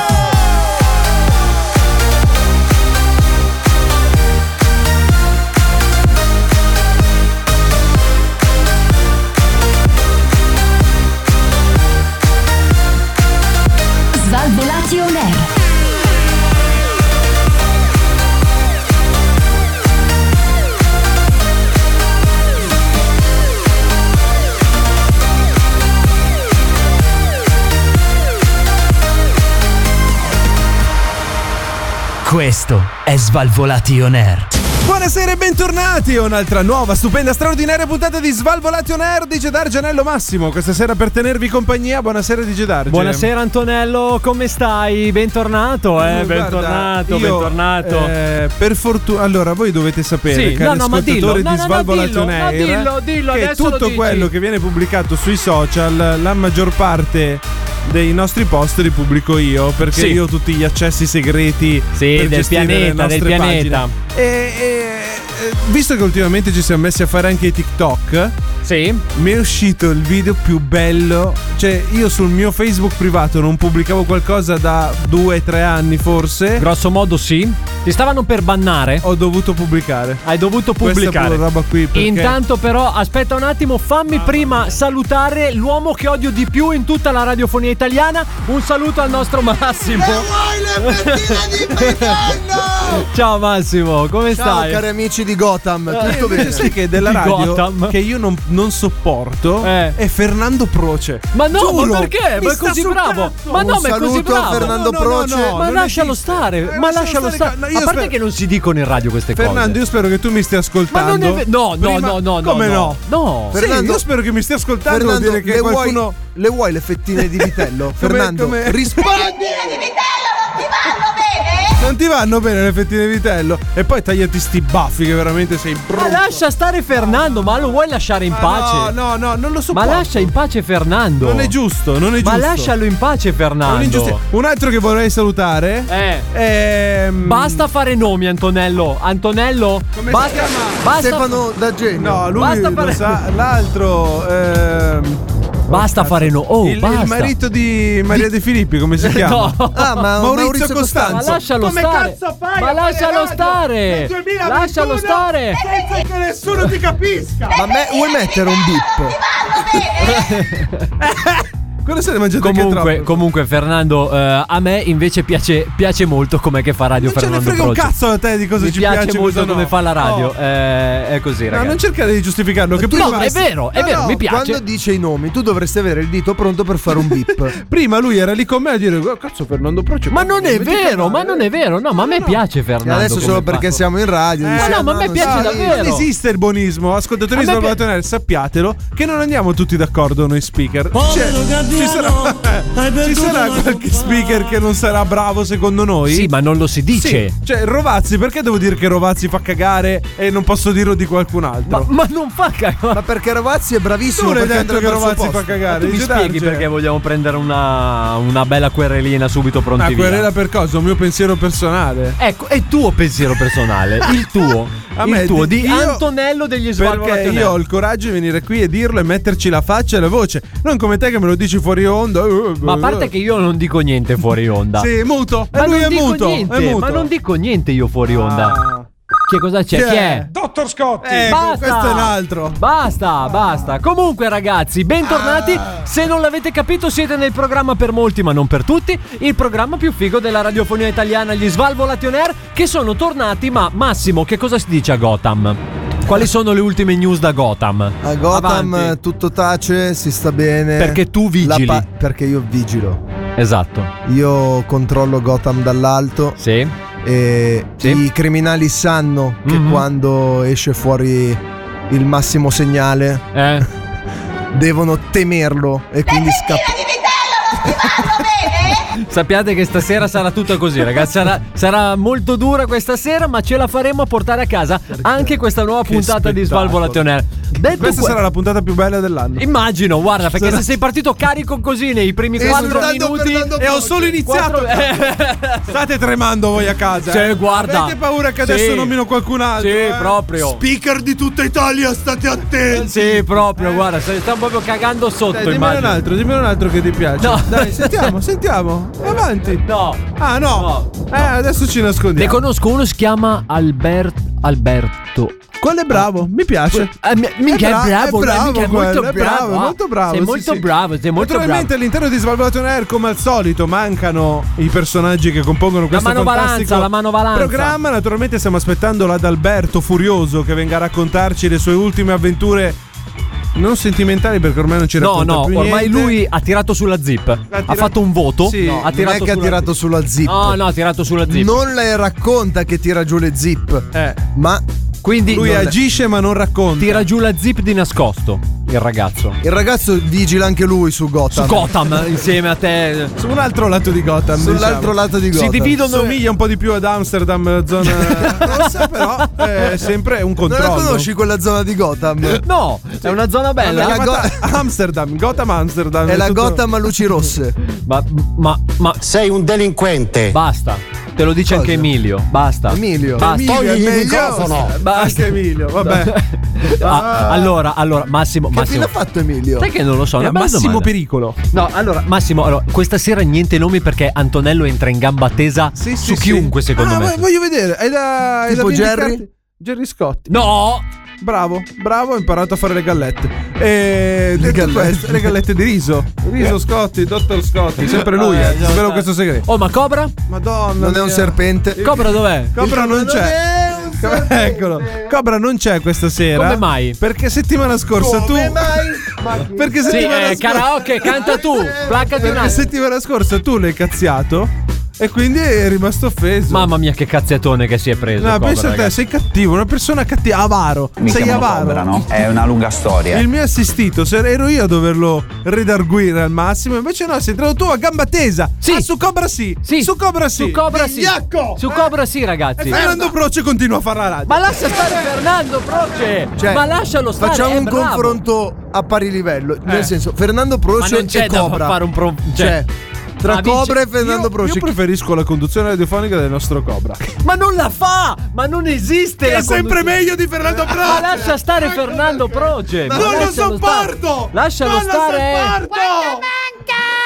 Svalvolati on air. Questo è Svalvolati On Air. Buonasera e bentornati a un'altra nuova, stupenda, straordinaria puntata di Svalvolati On Air di Gedar Gianello Massimo. Questa sera per tenervi compagnia, buonasera di Gedar. Buonasera Antonello, come stai? Bentornato, Mm, eh, Guarda, bentornato, io, bentornato. eh, per fortuna, allora voi dovete sapere, Sì, cari no, no, ma dillo, ascoltatori no, di no, no, Svalvolati dillo, On no, Air, dillo, dillo, che adesso lo tutto dici. quello che viene pubblicato sui social, la maggior parte dei nostri post li pubblico io perché Sì. io ho tutti gli accessi segreti Sì, per del gestire le pianeta, del nostre pianeta. pagine. E, e- e visto che ultimamente ci siamo messi a fare anche i TikTok, Sì, mi è uscito il video più bello. Cioè, io sul mio Facebook privato non pubblicavo qualcosa da 2-3 anni forse. grosso modo sì. Ti stavano per bannare? ho dovuto pubblicare. Hai dovuto Oh, Questa pubblicare. pure roba qui perché Ah, Intanto però aspetta un attimo, fammi prima salutare l'uomo che odio di più in tutta la radiofonia italiana. Un saluto al nostro Massimo. Ciao Massimo, come Ciao stai? cari amici di Gotham, Eh, tutto invece bene? sai che della Di radio Gotham. che io non, non sopporto Eh. è Fernando Proce. Ma no, Giuro, ma perché? mi Ma è sta così sul bravo. cazzo. Ma no, Un ma è così saluto a bravo. Fernando No, no, no, Proce. no, ma non lascialo esiste. stare, Eh, ma lascialo stare. No, io a parte spero- che non si dicono in radio queste Fernando, io cose. spero che tu mi stia Ma ascoltando. non è ve- No, no, Prima- no, no, no. Come no? No. Sì, Fernando- io spero che mi stia ascoltando. vuol Fernando, dire che le, qualcuno. vuoi, le vuoi le fettine di vitello? Come- Fernando, come- rispondi. Non ti vanno bene le fettine di vitello. E poi tagliati sti baffi che veramente sei brutto. Ma lascia stare Fernando, ma lo vuoi lasciare in Ma pace? No, no, no, non lo so. Ma lascia in pace Fernando. Non è giusto, non è giusto. Ma lascialo in pace È Fernando. un'ingiustizia. Un altro che vorrei salutare. Eh. è- Basta fare nomi, Antonello. Antonello, Come si basta. chiama? basta Stefano da Genio. No, lui Basta lo fare- sa. L'altro. ehm, Basta fare nomi. Oh, il, il basta. marito di Maria De Filippi, come si chiama? No. Ah, ma Maurizio Maurizio, Costanzo. Costanzo. Ma lascialo Come stare. cazzo fai ma a lascialo fare radio stare. nel 2021? Lascialo stare. Senza che nessuno ti capisca. Ma me, vuoi mettere un bip? Eh, Quello se l'è mangiato anche Comunque, troppo. comunque Fernando, eh, a me invece piace, piace molto com'è che fa radio non ce ne Fernando frega un Croce. cazzo a te di cosa Mi ci piace, piace molto cosa no. come fa la radio. No. Eh, è così, No, ragazzi. non cercare di giustificarlo. Che prima, No, è vero, è No, vero, no, mi piace. Quando dice i nomi, tu dovresti avere il dito pronto per fare un bip. prima lui era lì con me a dire: "Oh, Cazzo, Fernando Proce. Ma non è mi dica vero, male". ma non è vero. No, ma a me piace E Fernando. adesso solo come fa. perché siamo in radio. Eh, dici, no, "Ah, ma a me non piace sai". davvero. Non esiste il buonismo, ascoltatori A di me Svalbard On Air, sappiatelo che non andiamo tutti d'accordo noi speaker. Cioè, ci sarà, ci sarà qualche speaker che non sarà bravo secondo noi? Sì, ma non lo si dice. Sì, cioè Rovazzi, perché devo dire che Rovazzi fa cagare e non posso dirlo di qualcun altro? Ma, ma non fa cagare. Ma perché Ravazzi è bravissimo. tu l'hai perché detto che andrebbe al suo Rovazzi posto. fa cagare. cioè. Mi dice spieghi Darge. perché vogliamo prendere una, una bella querelina subito pronti Una via. querela per cosa? Un mio pensiero personale. Ecco, è il tuo pensiero personale, il tuo, A me il tuo di io- Antonello degli Perché Svalvolati. io ho il coraggio di venire qui e dirlo e metterci la faccia e la voce. Non come te che me lo dici fuori onda. Ma a parte che io non dico niente fuori onda. Sì, è muto. Ma e lui non è dico muto. niente, è muto. Ah. Ma non dico niente io fuori onda. Che cosa c'è? Chi Chi è? è? Dottor Scott. Eh, Basta! questo è un altro. Basta, basta. Comunque, ragazzi, bentornati. Ah. Se non l'avete capito, siete nel programma per molti, ma non per tutti. Il programma più figo della radiofonia italiana, gli Svalvolati On Air, che sono tornati. Ma Massimo, che cosa si dice a Gotham? Quali sono le ultime news da Gotham? A Gotham eh, Avanti. tutto tace, si sta bene. Perché tu vigili. La pa- perché io vigilo. Esatto. Io controllo Gotham dall'alto. Sì. E Sì. I criminali sanno che Mhm. quando esce fuori il massimo segnale, Eh. devono temerlo e quindi scappare. di vitello non ti vanno bene? Sappiate che stasera sarà tutto così, ragazzi. Sarà, sarà molto dura questa sera, ma ce la faremo a portare a casa anche questa nuova puntata di spettacolo. Svalvolation Air. Detto Questa que- sarà la puntata più bella dell'anno. Immagino, guarda, perché se sei partito carico così nei primi quattro soltanto minuti Fernando E ho solo iniziato. quattro- Eh, State tremando voi a casa. Cioè, eh. guarda. Avete paura che Sì. adesso nomino qualcun altro? Sì, eh? proprio. Speaker di tutta Italia, state attenti. sì, proprio, guarda, se stanno proprio cagando sotto, Dai, dimmene un immagino. altro, dimmene un altro che ti piace. No. Dai, sentiamo, sentiamo. Avanti. No. Ah, no. No, Eh, adesso ci Ne nascondiamo. conosco uno, si chiama Albert, Alberto. Quello è bravo, mi piace. Eh, mi- minchia, bra- è bravo, è bravo minchia, è quello, molto è bravo, ah. molto bravo. Sei sì, molto sì. bravo, sei molto Naturalmente bravo. all'interno di Svalvolation Air, come al solito, mancano i personaggi che compongono questo manovalanza, fantastico la manovalanza. programma. Naturalmente stiamo aspettando l'Adalberto Furioso che venga a raccontarci le sue ultime avventure non sentimentali perché ormai non ci No, racconta no, più ormai niente. lui ha tirato sulla zip. Ha, tirato- fatto un voto. Sì, no, non ha Non tirato è che ha sulla tirato sulla zip. No, no, ha tirato sulla zip. Non le racconta che tira giù le zip, Eh, ma Quindi lui non- agisce ma non racconta. tira giù la zip di nascosto. Il ragazzo. il ragazzo vigila anche lui su Gotham. Su Gotham insieme a te. Su un altro lato di Gotham. Sull'altro lato di diciamo. Si Gotham. dividono. Somiglia un po' di più ad Amsterdam, la zona rossa, però è eh, sempre un Non la controllo. Eh, conosci quella zona di Gotham? No, è una zona bella. Vabbè, La Go- Amsterdam, Gotham Amsterdam. È la tutto- Gotham a luci rosse. Ma, ma, ma Sei un delinquente. basta. Te lo dice anche Emilio. Basta. Emilio. Basta. Togli il meglio. microfono. Basta. Anche Emilio, vabbè. Ah, allora, allora, Massimo, Che fine Massimo. ha fatto Emilio? Sai che non lo so, è una È bella massimo domanda. pericolo. No, allora, Massimo, allora, questa sera niente nomi perché Antonello entra in gamba tesa Sì, su sì, sì. chiunque, secondo Ah, me. ma Voglio vedere. È da. è Tipo da vendicarti- Jerry? Jerry Scotti. No! Bravo, bravo, ho imparato a fare le gallette. E detto gallette. Eh. questo, le gallette di riso. Riso Scotti, dottor Scotti, sempre lui. eh. già Svelo sta. questo segreto. Oh, ma Cobra? Madonna. esatto. Non è un mia. Eh, serpente. Cobra dov'è? Cobra non c'è. Co- Eccolo. Cobra non c'è questa sera. Come mai? Perché settimana scorsa tu. Perché Sì, settimana eh, scorsa. karaoke, canta tu. Placcati un Perché attimo. settimana scorsa tu l'hai cazziato e quindi è rimasto offeso. Mamma mia, che cazziatone che si è preso. No, Cobra, pensa a te, ragazzi. sei cattivo, una persona cattiva, avaro. sei avaro. È una lunga storia. Il mio assistito, se ero io a doverlo redarguire al massimo, invece no, sei entrato tu a gamba tesa. Sì. Ah, su Cobra sì. Sì, Su Cobra sì. Eh, Su Cobra sì. Vigliacco! Su Cobra sì, E ragazzi. Fernando Proce continua a fare la radio. Ma lascia stare Fernando Proce. Cioè, ma lascialo stare. Facciamo è un bravo. confronto a pari livello. Eh. Nel senso, Fernando Ma Proce non c'è e da Cobra. fare un pro- cioè- Cioè, tra Ma vince- Cobra e Fernando io, Proce. io preferisco la conduzione radiofonica del nostro Cobra. Ma non la fa! Ma non esiste! la è sempre conduzione. meglio di Eh, Fernando Proce. ah, Ma lascia stare Fernando Proce! Eh, ma non lo lascialo stare. sopporto! Lascialo non stare! Lo sopporto!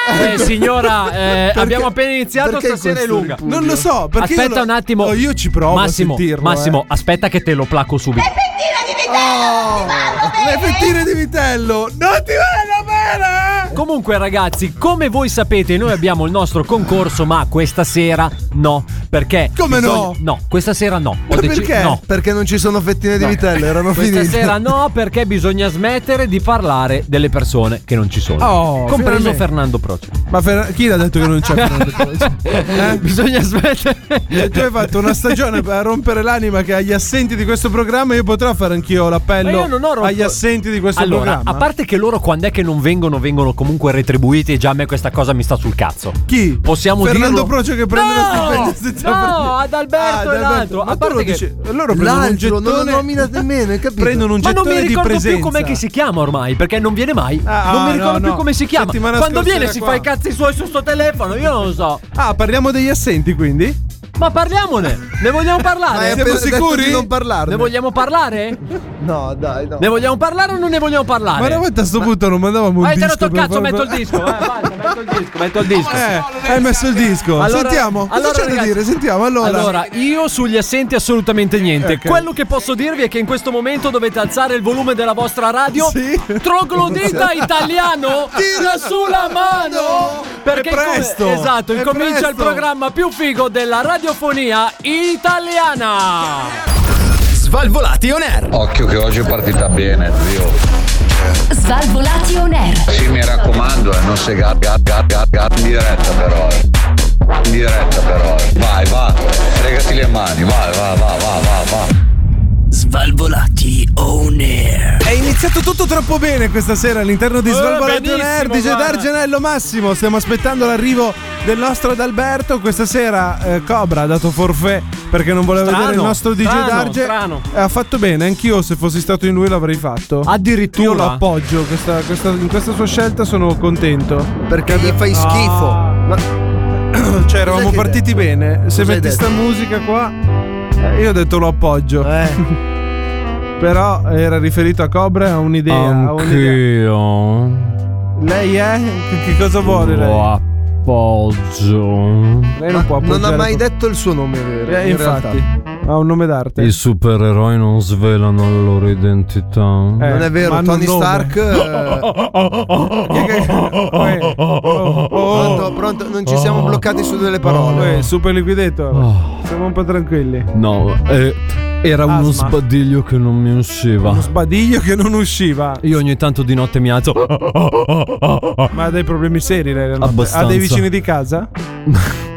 Ecco. Eh, signora, eh, abbiamo appena iniziato, perché stasera è questo lunga. ripudio? Non lo so, perché io Aspetta lo- un attimo. Oh, io ci provo Massimo, a sentirlo. Massimo, eh. aspetta che te lo placco subito. Pettino di vitello non ti Oh, vanno le bene? fettine di vitello non ti vanno bene. eh? Comunque ragazzi, come voi sapete, noi abbiamo il nostro concorso, ma questa sera no, perché Come no? No, questa sera no. Ho Ma deci- perché? No. Perché non ci sono fettine di No. vitello, erano Questa finite. sera no, perché bisogna smettere di parlare delle persone che non ci sono. Oh, compreso finalmente. Fernando Proce. Ma Fer- chi l'ha detto che non c'è Fernando Proce? Eh? Bisogna smettere. Tu hai fatto una stagione per rompere l'anima che agli assenti di questo programma io potrò fare anch'io l'appello Ma io non ho rompo- agli assenti di questo allora, programma. a parte che loro quando è che non vengono, vengono comunque retribuiti e già a me questa cosa mi sta sul cazzo. chi? Possiamo Fernando dirlo? Proce che prende No! lo stipendio senza No, prendere- ad Alberto e l'altro. Ma A tu parte lo che- dici- loro prendono un L'altro non lo gettone nomina nemmeno, hai capito? prendono un Ma non gettone mi di ricordo presenza. più com'è che si chiama ormai, perché non viene mai. Ah, non mi ah, ricordo no, più no. come si chiama. Settimana Quando scorsa viene era si qua. fa i cazzi suoi su sto telefono, io non lo so. Ah, parliamo degli assenti quindi? Ma parliamone, ne Ma vogliamo hai parlare? appena Siamo detto sicuri? di non parlarne. Ne vogliamo parlare? No, dai, no. Ne vogliamo parlare o non ne vogliamo parlare? Ma una volta a sto punto non mandavamo un Avete disco rotto il per cazzo, far- metto il disco. vai, basta, metto il disco, metto il disco. Eh, hai messo il disco. Allora- sentiamo, allora, cosa c'è da ragazzi- dire? Sentiamo, allora. Allora, io sugli assenti assolutamente niente. Ok. Quello che posso dirvi è che in questo momento dovete alzare il volume della vostra radio. Sì. Troglodita italiano, tira su la mano! Perché È presto. inco- esatto, È incomincia il presto. programma più figo della radiofonia italiana. Svalvolati on air. Occhio che oggi è partita bene, zio. Svalvolati on air. Sì, mi raccomando, eh, non se gat, gat, gat, gat, gat, in diretta però. eh. In diretta però. eh. Vai, va, fregati le mani, vai, va, va, va, va, va. Svalvolati on air. iniziato tutto troppo bene questa sera all'interno di Eh, Svalvolati on benissimo, Air di guarda. Dargenello Massimo. Stiamo aspettando l'arrivo del nostro Adalberto. Questa sera eh, Cobra ha dato forfè perché non voleva Strano, vedere il nostro DJ strano, Darge. strano. Ah, Eh, ha fatto bene, anch'io se fossi stato in lui l'avrei fatto. Addirittura. Io lo appoggio, questa, questa- in questa sua scelta sono contento. Perché gli fai schifo. Cioè, eravamo che hai partiti bene. Se Cos'hai metti detto? sta musica qua, eh, io ho detto lo appoggio. Eh. Però era riferito a Cobra, a un'idea. a un'idea. Lei è? Che, che cosa vuole lei? Lo appoggio. Lei non può Non ha appoggiare mai proprio- detto il suo nome vero. Eh, in infatti, realtà. ha un nome d'arte. I supereroi non svelano la loro identità. Eh, Oh. non è ma vero, hanno un Tony nome. Stark. eh, Pronto, pronto, non Oh. ci siamo bloccati su delle parole. Eh, super liquideto. Oh. Siamo un po' tranquilli. No, eh, era uno Asma. sbadiglio che non mi usciva. Uno sbadiglio che non usciva. Io ogni tanto di notte mi alzo. Ma ha dei problemi seri lei. la notte. Ha Abbastanza. dei vicini di casa?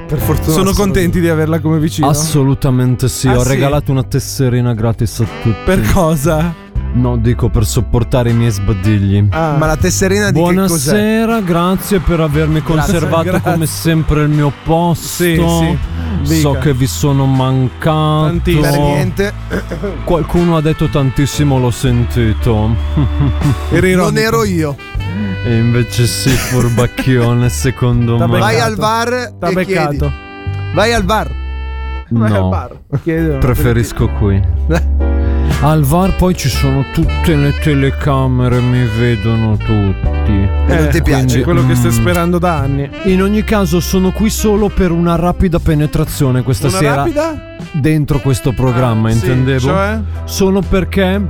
per fortuna Sono sono- contenti di averla come vicino. Assolutamente sì, Ah, ho sì? regalato una tesserina gratis a tutti. Per cosa? No, dico per sopportare i miei sbadigli. Ah. Ma la tesserina di che cos'è? Buonasera, grazie per avermi conservato grazie. come sempre il mio posto. Sì, sì, So dica. che vi sono mancato. Tantissimo. Per niente. Qualcuno ha detto tantissimo, l'ho sentito. Era ironico. Non ero io. E invece sì, furbacchione, secondo T'ha me. Vai Peccato. al VAR T'ha e beccato. chiedi. Vai al VAR. Vai al No, bar. Chiedo. preferisco qui. Al VAR poi ci sono tutte le telecamere, mi vedono tutti. E non ti È piace. quello che stai Mm. sperando da anni. In ogni caso sono qui solo per una rapida penetrazione questa Una sera rapida? dentro questo programma, Ah, sì, intendevo. cioè? Solo perché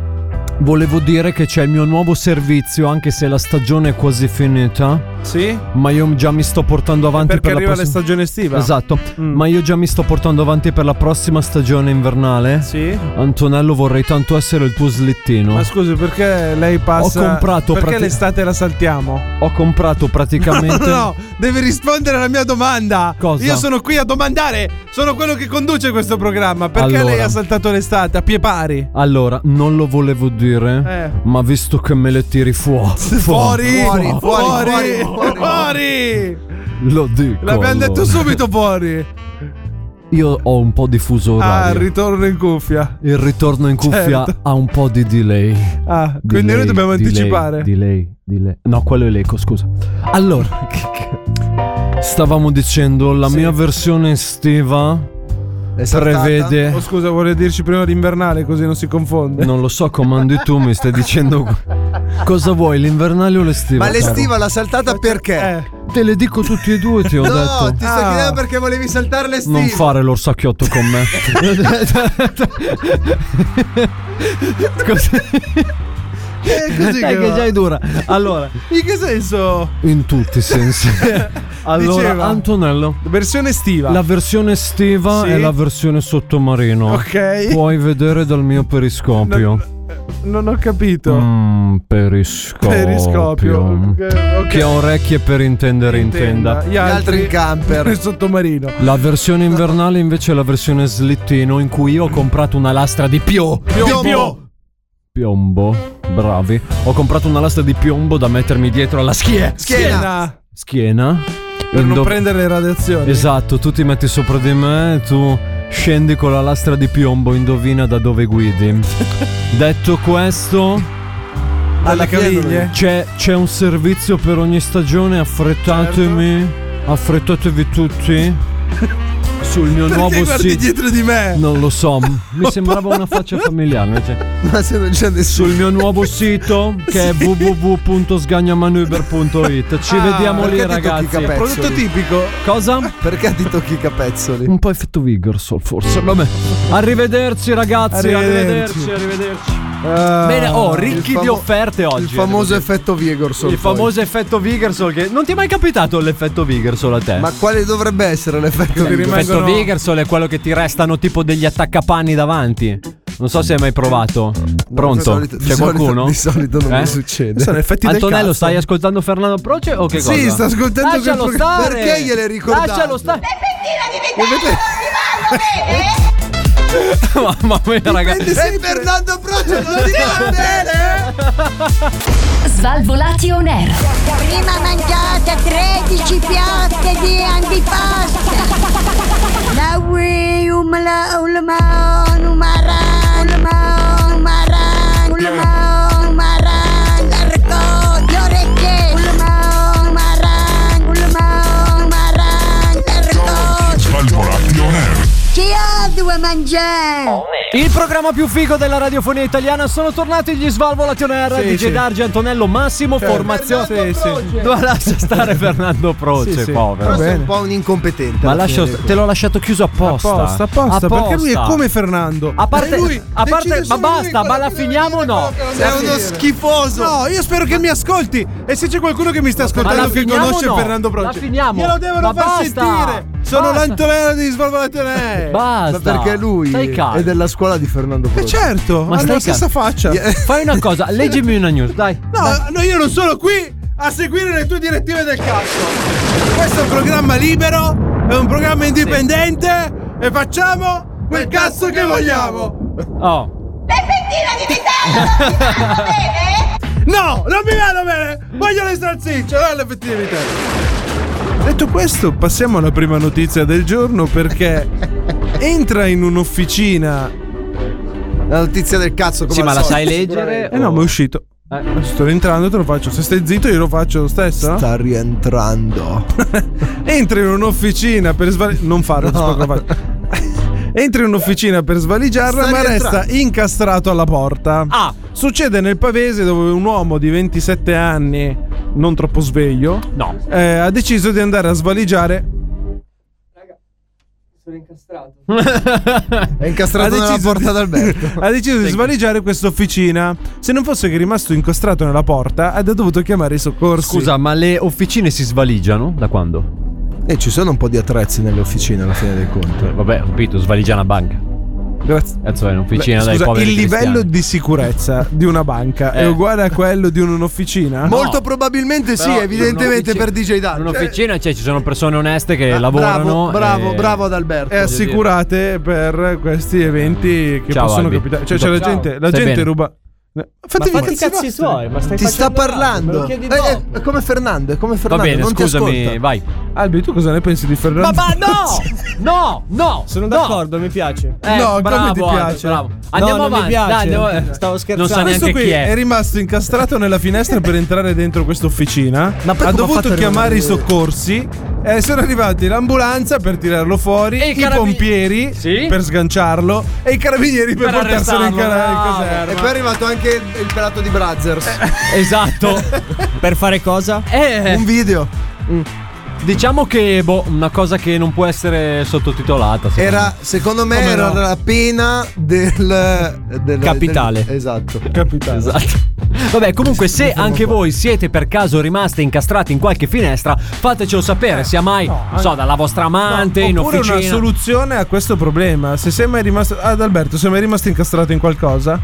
volevo dire che c'è il mio nuovo servizio, anche se la stagione è quasi finita, Sì? ma io già mi sto portando avanti Perché per la arriva la prossima stagione estiva. Esatto, Mm. ma io già mi sto portando avanti per la prossima stagione invernale. Sì? Antonello, vorrei tanto essere il tuo slittino. Ma scusi, perché lei passa. Ho comprato Perché prati- l'estate la saltiamo? Ho comprato praticamente. No, devi rispondere alla mia domanda. Cosa? Io sono qui a domandare. Sono quello che conduce questo programma. Perché Allora. lei ha saltato l'estate a pie pari? Allora, non lo volevo dire, Eh. ma visto che me le tiri fuori, Fuori, fuori, fuori, fuori, fuori, fuori. lo dico. L'abbiamo allora. detto subito fuori. Io ho un po' di fuso Ah, il orario. ritorno in cuffia. il ritorno in cuffia Certo. ha un po' di delay. Ah, quindi noi Delay, dobbiamo delay, anticipare. Delay, delay. No, quello è l'eco, scusa. Allora, che- che- stavamo dicendo la mia versione estiva È saltata. prevede Oh, scusa, vuole dirci prima l'invernale così non si confonde. non lo so, comandi tu, mi stai dicendo cosa vuoi, l'invernale o l'estiva? Ma caro? l'estiva l'ha saltata perché? Eh, Te le dico tutti e due, ti ho No, detto. ti sto Ah. chiedendo perché volevi saltare l'estiva. Non fare l'orsacchiotto con me. Così. è così Dai, che che va. già è dura. Allora, In che senso? in tutti i sensi. Allora, Diceva. Antonello, Versione estiva. la versione estiva Sì. è la versione sottomarino. Ok. Puoi vedere dal mio periscopio. Non ho capito. Mm, periscopio. Periscopio. Ok, ok. Che ha orecchie per intendere intenda. Gli Gli altri in camper. nel sottomarino. La versione invernale invece è la versione slittino in cui io ho comprato una lastra di pio. Piombo. Piombo, bravi. Ho comprato una lastra di piombo da mettermi dietro alla schiena. Schiena. Schiena. Per non Indo- prendere le radiazioni. Esatto, tu ti metti sopra di me e tu scendi con la lastra di piombo, indovina da dove guidi. Detto questo, Dalle caviglie. c'è, c'è un servizio per ogni stagione, affrettatemi, affrettatevi tutti sul mio Perché nuovo guardi sito. dietro di me? Non lo so, mi sembrava una faccia familiare. cioè. Ma se non c'è nessuno. Sul mio nuovo sito che è www.sgagnamanuber.it. Ci Ah, vediamo lì, perché ti tocchi i ragazzi. capelli? Prodotto Pezzoli. tipico. Cosa? Perché ti tocchi i capezzoli? Un po' effetto Vigorsol, forse. Vabbè. Arrivederci, ragazzi. Arrivederci. Arrivederci, arrivederci. Ah, Bene, oh, ricchi Ah, famo- di offerte oggi. Il famoso devo effetto Vigorson. dire. Il famoso effetto Vigorsol che non ti è mai capitato l'effetto Vigorsol a te? Ma quale dovrebbe essere l'effetto Ti Vigorson? L'effetto rimangono- Vigersol è quello che ti restano tipo degli attaccapanni davanti. Non so se hai mai provato. Pronto? di solito- di C'è solito- qualcuno? di solito non mi succede. Sono effetti del Antonello, cazzo. stai ascoltando Fernando Proce o che cosa? Sì, sto ascoltando quel Lascialo programma. stare. Perché gliel'hai ricordato? Lascialo stare. bene? Mamma mia, ragazzi. E Fernando Proce non lo dico bene! Svalvolati on air. Prima mangiate 13 piatte di antipasta. La Wii, um, la, um, la, um, maran, um, maran, um, maran, um, maran, um, maran, l'arco, le orecchie, um, maran, um, maran, um, maran, um, maran, l'arco. Svalvolati on air. Chi ha due mangiare? Il programma più figo della radiofonia italiana sono tornati gli Svalvolati on air Sì, DJ sì. Dargi, Antonello Massimo, Sì. formazione. Fernando Proce. No, lascia stare Fernando Proce, Sì, sì. povero. Va Questo è bene. un po' un incompetente. Ma alla lascio- fine. te l'ho lasciato chiuso apposta. Apposta, apposta, perché lui è come Fernando. A parte, Lui a decide parte ma solo basta, ma la finiamo o no? Sei uno schifoso. No, io spero che mi ascolti. E se c'è qualcuno che mi sta Ma ascoltando la che finiamo conosce o no? Fernando Proce, La finiamo. glielo devono Ma far basta. sentire. Sono Basta. l'Antonella di Svalvolatonè. Basta. Ma perché lui Stai calmo. è della scuola di Fernando Proce. E certo, Ma hanno stai la stessa calmo. faccia. Fai una cosa, leggimi una news, dai. No, no, io non sono qui a seguire le tue direttive del cazzo. Questo è un programma libero, è un programma indipendente e facciamo quel cazzo che vogliamo. Oh. No, non mi vanno bene. Voglio le salsicce, non le fettine di vitello. Detto questo, passiamo alla prima notizia del giorno perché entra in un'officina. La notizia del cazzo come Sì, al ma la solito, sai leggere? sicuramente. Eh no, ma è uscito. Sto rientrando, te lo faccio. Se stai zitto, io lo faccio lo stesso. Sta rientrando. Entra in un'officina per svaligiarla. Non farlo, ti sporco la faccia. Entra in un'officina per svaligiarla, Sta ma rientrando. resta incastrato alla porta. Ah. Succede nel pavese dove un uomo di 27 anni, non troppo sveglio, No. eh, ha deciso di andare a svaligiare. Eh, È Ha incastrato nella deciso porta di- d'Alberto. ha deciso di svaligiare questa officina. Se non fosse che è rimasto incastrato nella porta, ha dovuto chiamare i soccorsi. Scusa, ma le officine si svaligiano? Da quando? E Eh, ci sono un po' di attrezzi nelle officine alla fine del conto. Eh, Vabbè, ho capito, svaligia una banca. Grazie. Cazzo, è un'officina Beh, dai scusa, poveri il livello cristiani. di sicurezza di una banca Eh. è uguale a quello di un'officina? Ah, Molto probabilmente sì, Però evidentemente in per DJ In Dark. un'officina cioè, ci sono persone oneste che Ah, lavorano. Bravo, bravo, eh. e- bravo ad Alberto. E assicurate per questi eventi che Ciao, possono Albi. capitare. Cioè, Ciao. c'è la gente, la Stai gente bene? ruba. Ma Fatevi i cazzi vostri. ma stai Ti sta parlando. Eh, eh, è come Fernando, è come Va Fernando. bene, non ti scusami, ascolta. vai. Albi, tu cosa ne pensi di Fernando? Ma no! No, no! Eh, Sono d'accordo, mi piace. No, come ti piace? Andiamo avanti. dai, andiamo- Non sa Questo neanche qui chi è. è. rimasto incastrato nella finestra per entrare dentro questa officina. Ma poi Ha come ha dovuto fatto a chiamare i rimanere? soccorsi. E sono arrivati l'ambulanza per tirarlo fuori, E i i, carabin- pompieri Sì? per sganciarlo e i carabinieri per, Per portarselo in, arrestarlo, cara- in bravo. caserma. E poi è arrivato anche il, il pelato di Brazzers. Eh. Esatto. per fare cosa? Eh, Un video. diciamo che boh, una cosa che non può essere sottotitolata. secondo Era, secondo me, Come era no? la pena del, del- Capitale. del- esatto. Capitale. Esatto. Vabbè, comunque, se anche voi siete per caso rimasti incastrati in qualche finestra, fatecelo sapere. Sia mai, non so, dalla vostra amante, in Oppure officina. una soluzione a questo problema. Se sei mai rimasto. Ad Alberto, sei mai rimasto incastrato in qualcosa?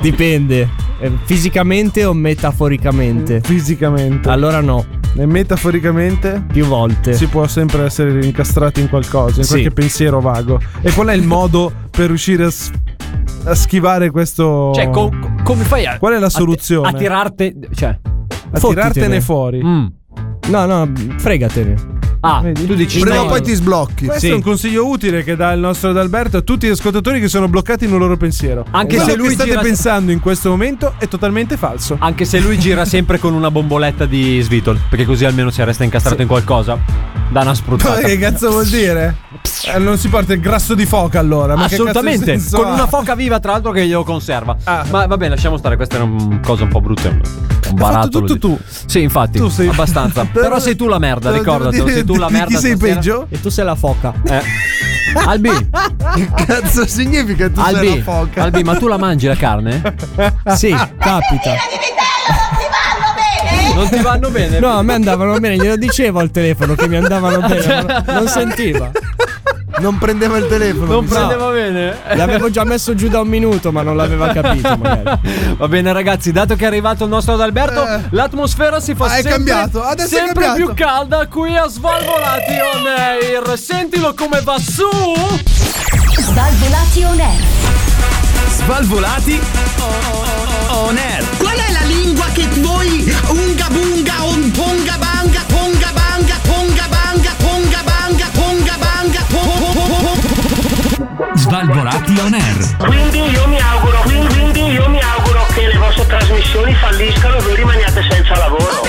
Dipende, eh, fisicamente o metaforicamente? Fisicamente. Allora no, E metaforicamente? più volte. Si può sempre essere incastrati in qualcosa, in Sì. qualche pensiero vago. E qual è il modo per riuscire a, s- a schivare questo. Cioè, co- co- come fai a. Oh. Qual è la a- soluzione? A, tirarte. Cioè. a tirartene fottitene. fuori? mm. No, no, fregatene. Ah, Vedi? tu dici. Prima o no. poi ti sblocchi. Esatto. Questo è un consiglio utile che dà il nostro Adalberto a tutti gli ascoltatori che sono bloccati in un loro pensiero. Anche se Quello lui Esatto, che state gira- pensando in questo momento è totalmente falso. Anche se lui gira sempre con una bomboletta di svitol, perché così almeno se resta incastrato in qualcosa, da una Ma spruzzata. che cazzo vuol dire? Eh, non si porta il grasso di foca allora? Ma che cazzo di Assolutamente, senso con ha? una foca viva tra l'altro che glielo conserva. Ah. Ma va bene, lasciamo stare, questa era una cosa un po' brutta. Un barattolo tutto di- tu. Sì, infatti, Tu sei- abbastanza. Però sei tu la merda, Devo ricordatelo, dire sei tu la di merda. Chi sei stasera. peggio? E tu sei la foca. Eh. Albi, Che cazzo significa tu sei Albi, una foca? Albi, ma tu la mangi la carne? Sì, capita. Non ti vanno bene? No, a me andavano bene, glielo dicevo al telefono che mi andavano bene, ma no- non sentiva. Non prendeva il telefono. Non mi sa. prendeva bene. L'avevo già messo giù da un minuto, ma non l'aveva capito magari. Va bene, ragazzi, dato che è arrivato il nostro Adalberto, l'atmosfera si fa Ah, Eh. è sempre, cambiato, adesso è sempre cambiato. più calda qui a Svalvolati on Air. Sentilo come va su. Svalvolati on air. Svalvolati on air. Qual è la lingua che voi unga bunga on ponga banga ponga banga ponga banga ponga banga ponga banga po- po- po- po- po- Svalvolati on air. Quindi io mi auguro, quindi, quindi io mi auguro che le vostre trasmissioni falliscano e voi rimaniate senza lavoro.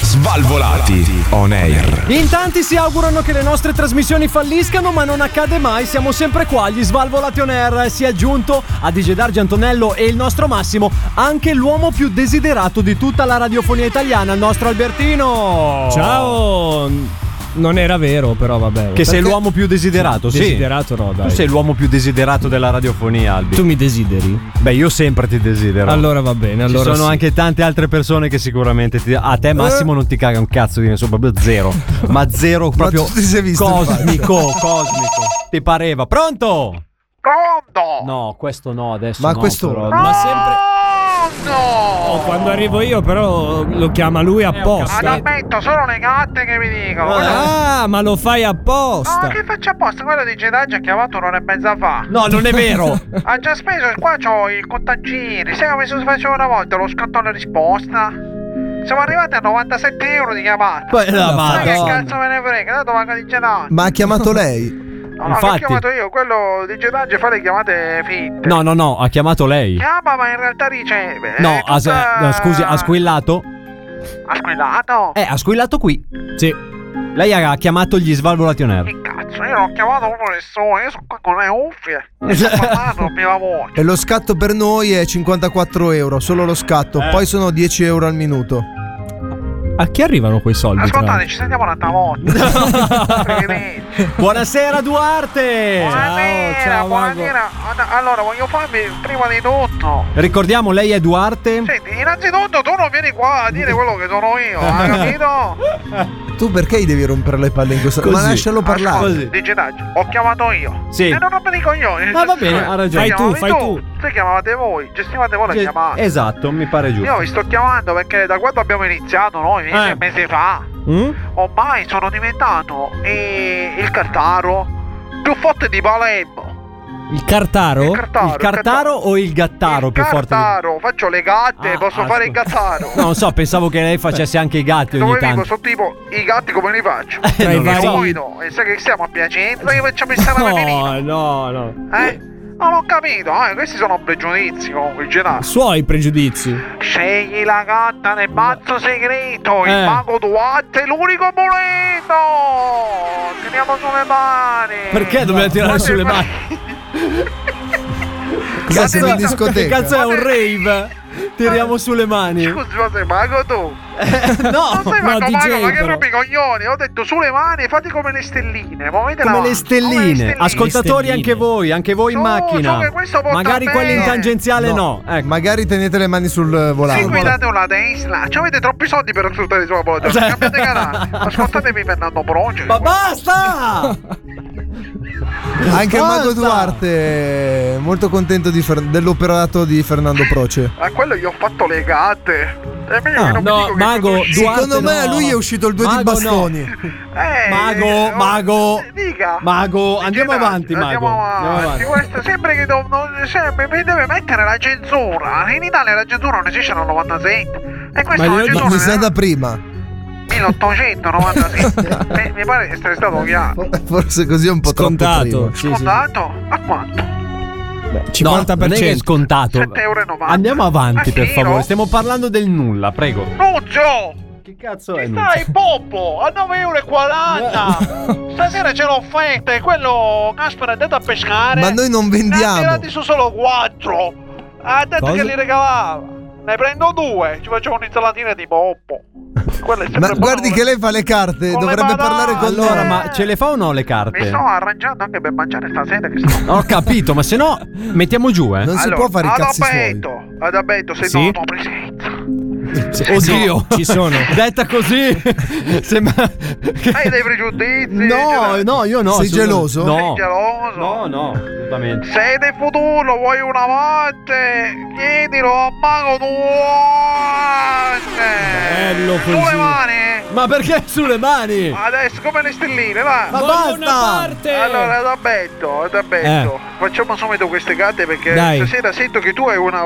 Svalvolati on air. In tanti si augurano che le nostre trasmissioni falliscano, ma non accade mai. Siamo sempre qua, gli Svalvolati on Air. Si è aggiunto a DJ Dargi Antonello e il nostro Massimo anche l'uomo più desiderato di tutta la radiofonia italiana, il nostro Albertino. Ciao! mm, Non era vero, però vabbè. Che sei l'uomo più desiderato, sì. Desiderato no, dai. Tu sei l'uomo più desiderato della radiofonia, Albi. Tu mi desideri? Beh, io sempre ti desidero. Allora va bene, Ci allora sono sì. Eh? anche tante altre persone che sicuramente ti. A te, Massimo, non ti caga un cazzo di nessuno, proprio zero. Ma zero proprio tu ti sei visto in cosmico, faccia. cosmico. Ti pareva? Pronto? Pronto? No, questo no, adesso. Ma no, questo- però. Ma sempre. Oh, quando arrivo io, però lo chiama lui apposta. ammetto Ah, solo le catte che mi dicono. Ah, ma lo fai apposta. che faccio apposta? Quello di Jedi ha chiamato un'ora e mezza fa. No, non è vero. ha già speso, qua c'ho il contagiri. Sai come si faceva una volta lo scatto alla risposta? Siamo arrivati a 97 euro di chiamata. Poi la Ma che Madonna. cazzo me ne frega? Tanto manca di Jedi. Ah, Ma ha chiamato lei? No, no, l'ho chiamato io, quello di Jedi fa le chiamate finte. No, no, no, ha chiamato lei. Chiama, ma in realtà riceve. No, ha, eh, scusi, ha squillato? Ha squillato? Eh, ha squillato qui. Sì. Lei ha chiamato gli Svalvolati on Air. Cazzo, io non ho chiamato proprio nessuno, io sono qua con le cuffie. Sto parlando a viva voce. E lo scatto per noi è 54 euro, solo lo scatto, Eh. poi sono 10 euro al minuto. A chi arrivano quei soldi? Ascoltate, ci sentiamo un'altra volta. Buonasera Duarte! Buonasera, buonasera. Ad- Allora, voglio farvi prima di tutto. Ricordiamo, lei è Duarte? Senti, innanzitutto tu non vieni qua a dire quello che sono io, hai capito? Tu perché gli devi rompere le palle in questa Ma Così. lascialo Ah, parlare. Dice Daggio, ho chiamato io. Sì. E non rompere i coglioni. Ah, va bene, ha ragione. Se Fai tu, chiamavi fai tu. Eh. Se chiamavate voi, gestivate voi la Ge- chiamata. Esatto, mi pare giusto. Io vi sto chiamando perché da quando abbiamo iniziato noi, mesi Eh. e mesi fa, Mm? ormai sono diventato eh, il cartaro più forte di Palermo. Il cartaro? Il cartaro, cartaro, il cartaro. o il gattaro più forte? di- Cartaro, faccio le gatte, Ah, posso ah, fare il gattaro. No, non so, pensavo che lei facesse anche i gatti ogni Dove vivo tanto. sono tipo i gatti come li faccio? Tra i E vari- voi no, e sai che siamo a Piacenza che facciamo il salame finito, no, no. eh? Non ho capito, eh, questi sono pregiudizi comunque in generale. Suoi pregiudizi. Scegli la gatta nel mazzo segreto, il Eh. mago Duarte è l'unico muletto! Tiriamo sulle mani! Perché dobbiamo tirare sulle mani? Cazzo, Ah, Cazzo, in che discoteca. cazzo è un rave? Tiriamo sulle mani. Scusi, ma sei mago tu? no, non sei no, mago, DJ mago, ma che però. rompi i coglioni? Ho detto sulle mani, fate come le stelline, muovete la Come mano. le stelline. Ascoltatori, anche voi, anche voi in So, macchina. so che questo porta Magari bene. quelli in tangenziale no. Ecco. Magari tenete le mani sul eh, Se volante. guidate una Tesla, cioè avete troppi soldi per ascoltare sulla volontà. Cambiate canale, ascoltatevi Fernando Proce. Ma basta! Anche Basta! Mago Duarte è molto contento di Fer- dell'operato di Fernando Proce. A quello gli ho fatto le gatte. È meglio Ah, che non mi dico che cosa uscì. secondo me a lui è uscito il 2 di bastoni. Eh, Mago, mago. Dica. Mago, andiamo avanti, Andiamo mago. avanti. Andiamo avanti. Questo sembra che do- non- cioè, mi mi deve mettere la censura. In Italia la censura non esiste dal 97. E questa è una glielo censura mi eh. sa del da prima. 1897. mi, mi pare di essere stato chiaro. Forse così è un po' troppo Scontato. prima. Sì, sì. Dato a quanto? No, non è che è scontato. 7,90 euro. Andiamo avanti, Ah, per sì, favore. no? Stiamo parlando del nulla, prego. Nuzio! Che cazzo è Dai, Poppo, a 9,40 euro. Stasera c'è l'offerta e quello Casper è andato a pescare. Ma noi non vendiamo. Ne ha tirati su solo 4. Ha detto Cosa? che li regalava. Ne prendo due, ci facciamo un'insalatina di Poppo. Quello è Ma sempre guardi che lei fa le carte, Con le dovrebbe banane. parlare con Allora, lei. ma ce le fa o no le carte? Eh. Mi sto arrangiando anche per mangiare stasera che sto... Ho capito, ma se no mettiamo giù, eh. Allora, Adalberto, Adalberto, sei Sì? tu presente. Oddio, ci sono. Detta così sembra Hai dei pregiudizi? No, Cioè, no, io no. Sei assolutamente- geloso? No. Sei geloso? No, no, assolutamente. Sei del futuro, vuoi un amante? Chiedilo a Mago Duarte! Bello così. Sulle mani! Ma perché sulle mani? Adesso come le stelline, va. Ma Voglio una basta. parte. Eh. Allora, da betto, da betto. Facciamo subito queste carte perché Dai. stasera sento che tu hai una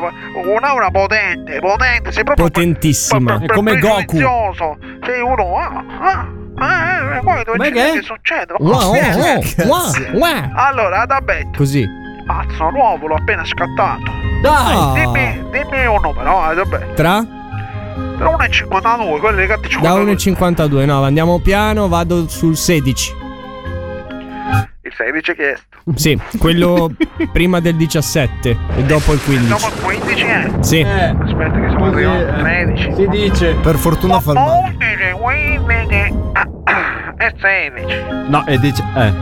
un'aura potente, potente, sei proprio Potentissima. È come Goku. prezioso. Sei uno ah, ah. Ah, eh, guarda, Ma non che? succede. Wow, wow, Cazzo. wow, wow. Allora, da betto, Così. pazzo, un uovo l'ho appena scattato. Dai. Dimmi, dimmi un numero, ah, vabbè. Tra? Tra 1 e 52, quelle le carte 52. Da 1,52. No, andiamo piano, vado sul 16. Il 16 che è Sì, quello prima del 17 e dopo il 15. Siamo al 15, eh? Sì. Aspetta che siamo arrivati eh, al 13. Si dice. Per fortuna fa il oh, male. Ah, È 16. No, e dice. Eh.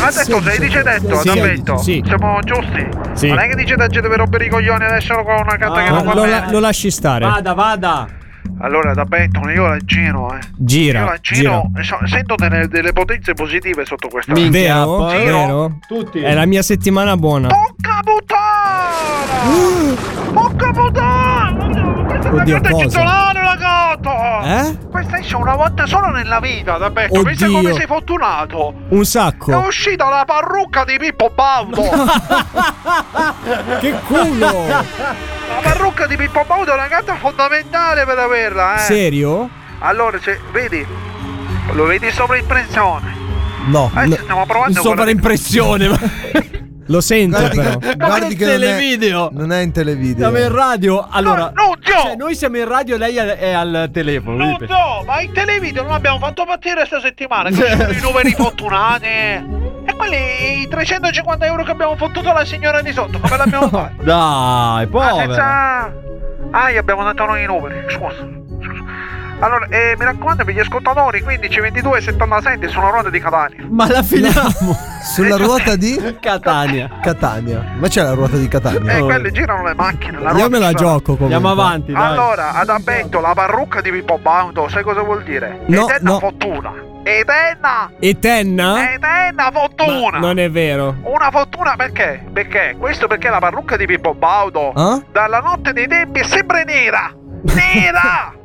Ma ha detto 16 hai detto, Sì. ha detto. Sì. Siamo giusti. Sì. Non è che dice da gente per rompere i coglioni adesso con una carta che No, non va lo, bene. la- lo lasci stare. Vada, vada. Allora da Benton io la giro, eh. Gira, Io la giro, so- sento delle, delle potenze positive sotto questa. Vero? Giro. Vero? Tutti. È la mia settimana buona. Porca puttana! Questa è una Oddio, carta cosa? titolare la carta! Eh? Questa esce una volta solo nella vita, da Benton. Pensa Oddio. come sei fortunato! Un È sacco. uscita la parrucca di Pippo Baudo! che culo! La parrucca di Pippo Baudo è una carta fondamentale per averla, eh! Serio? Allora, se, vedi, lo vedi sopra impressione. No. Adesso Eh, stiamo provando con la- Lo sento però. Guardi che non è, non è in televideo. Siamo in radio. Allora, No, no, Gio! cioè, noi siamo in radio e lei è è al telefono. quindi- No, ma il televideo non l'abbiamo fatto partire sta settimana. Che sono i numeri fortunati. E quelli i 350 euro che abbiamo fottuto alla signora di sotto, come l'abbiamo fatto? Dai, Ah, povera. senza. Ah, gli abbiamo dato noi i numeri. Scusa. scusa. Allora, eh, mi raccomando per gli ascoltatori 15, 22 e 77 sulla ruota di Catania. Ma la finiamo. Sulla ruota di Catania. Catania. Ma c'è la ruota di Catania? E Eh, quelle girano le macchine. Ecco, La Io ruota me la gira. gioco comunque. Andiamo avanti, dai. Allora, ad abbetto la parrucca di Pippo Baudo, sai cosa vuol dire? No, Ed è una no. fortuna. Ed è una... E Ah? Tenna? Ed è una Ma fortuna. non è vero. Una fortuna perché? Perché? Questo perché la parrucca di Pippo Baudo Ah? dalla notte dei tempi è sempre nera! Nera! Ah.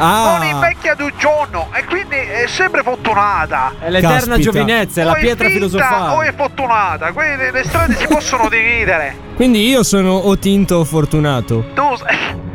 Ah. Non invecchia di un giorno e quindi è sempre fortunata! È l'eterna Caspita. giovinezza, è la O pietra fitta filosofale. O è fortunata, quindi le strade si possono dividere! Quindi io sono o tinto o fortunato. Tu sei-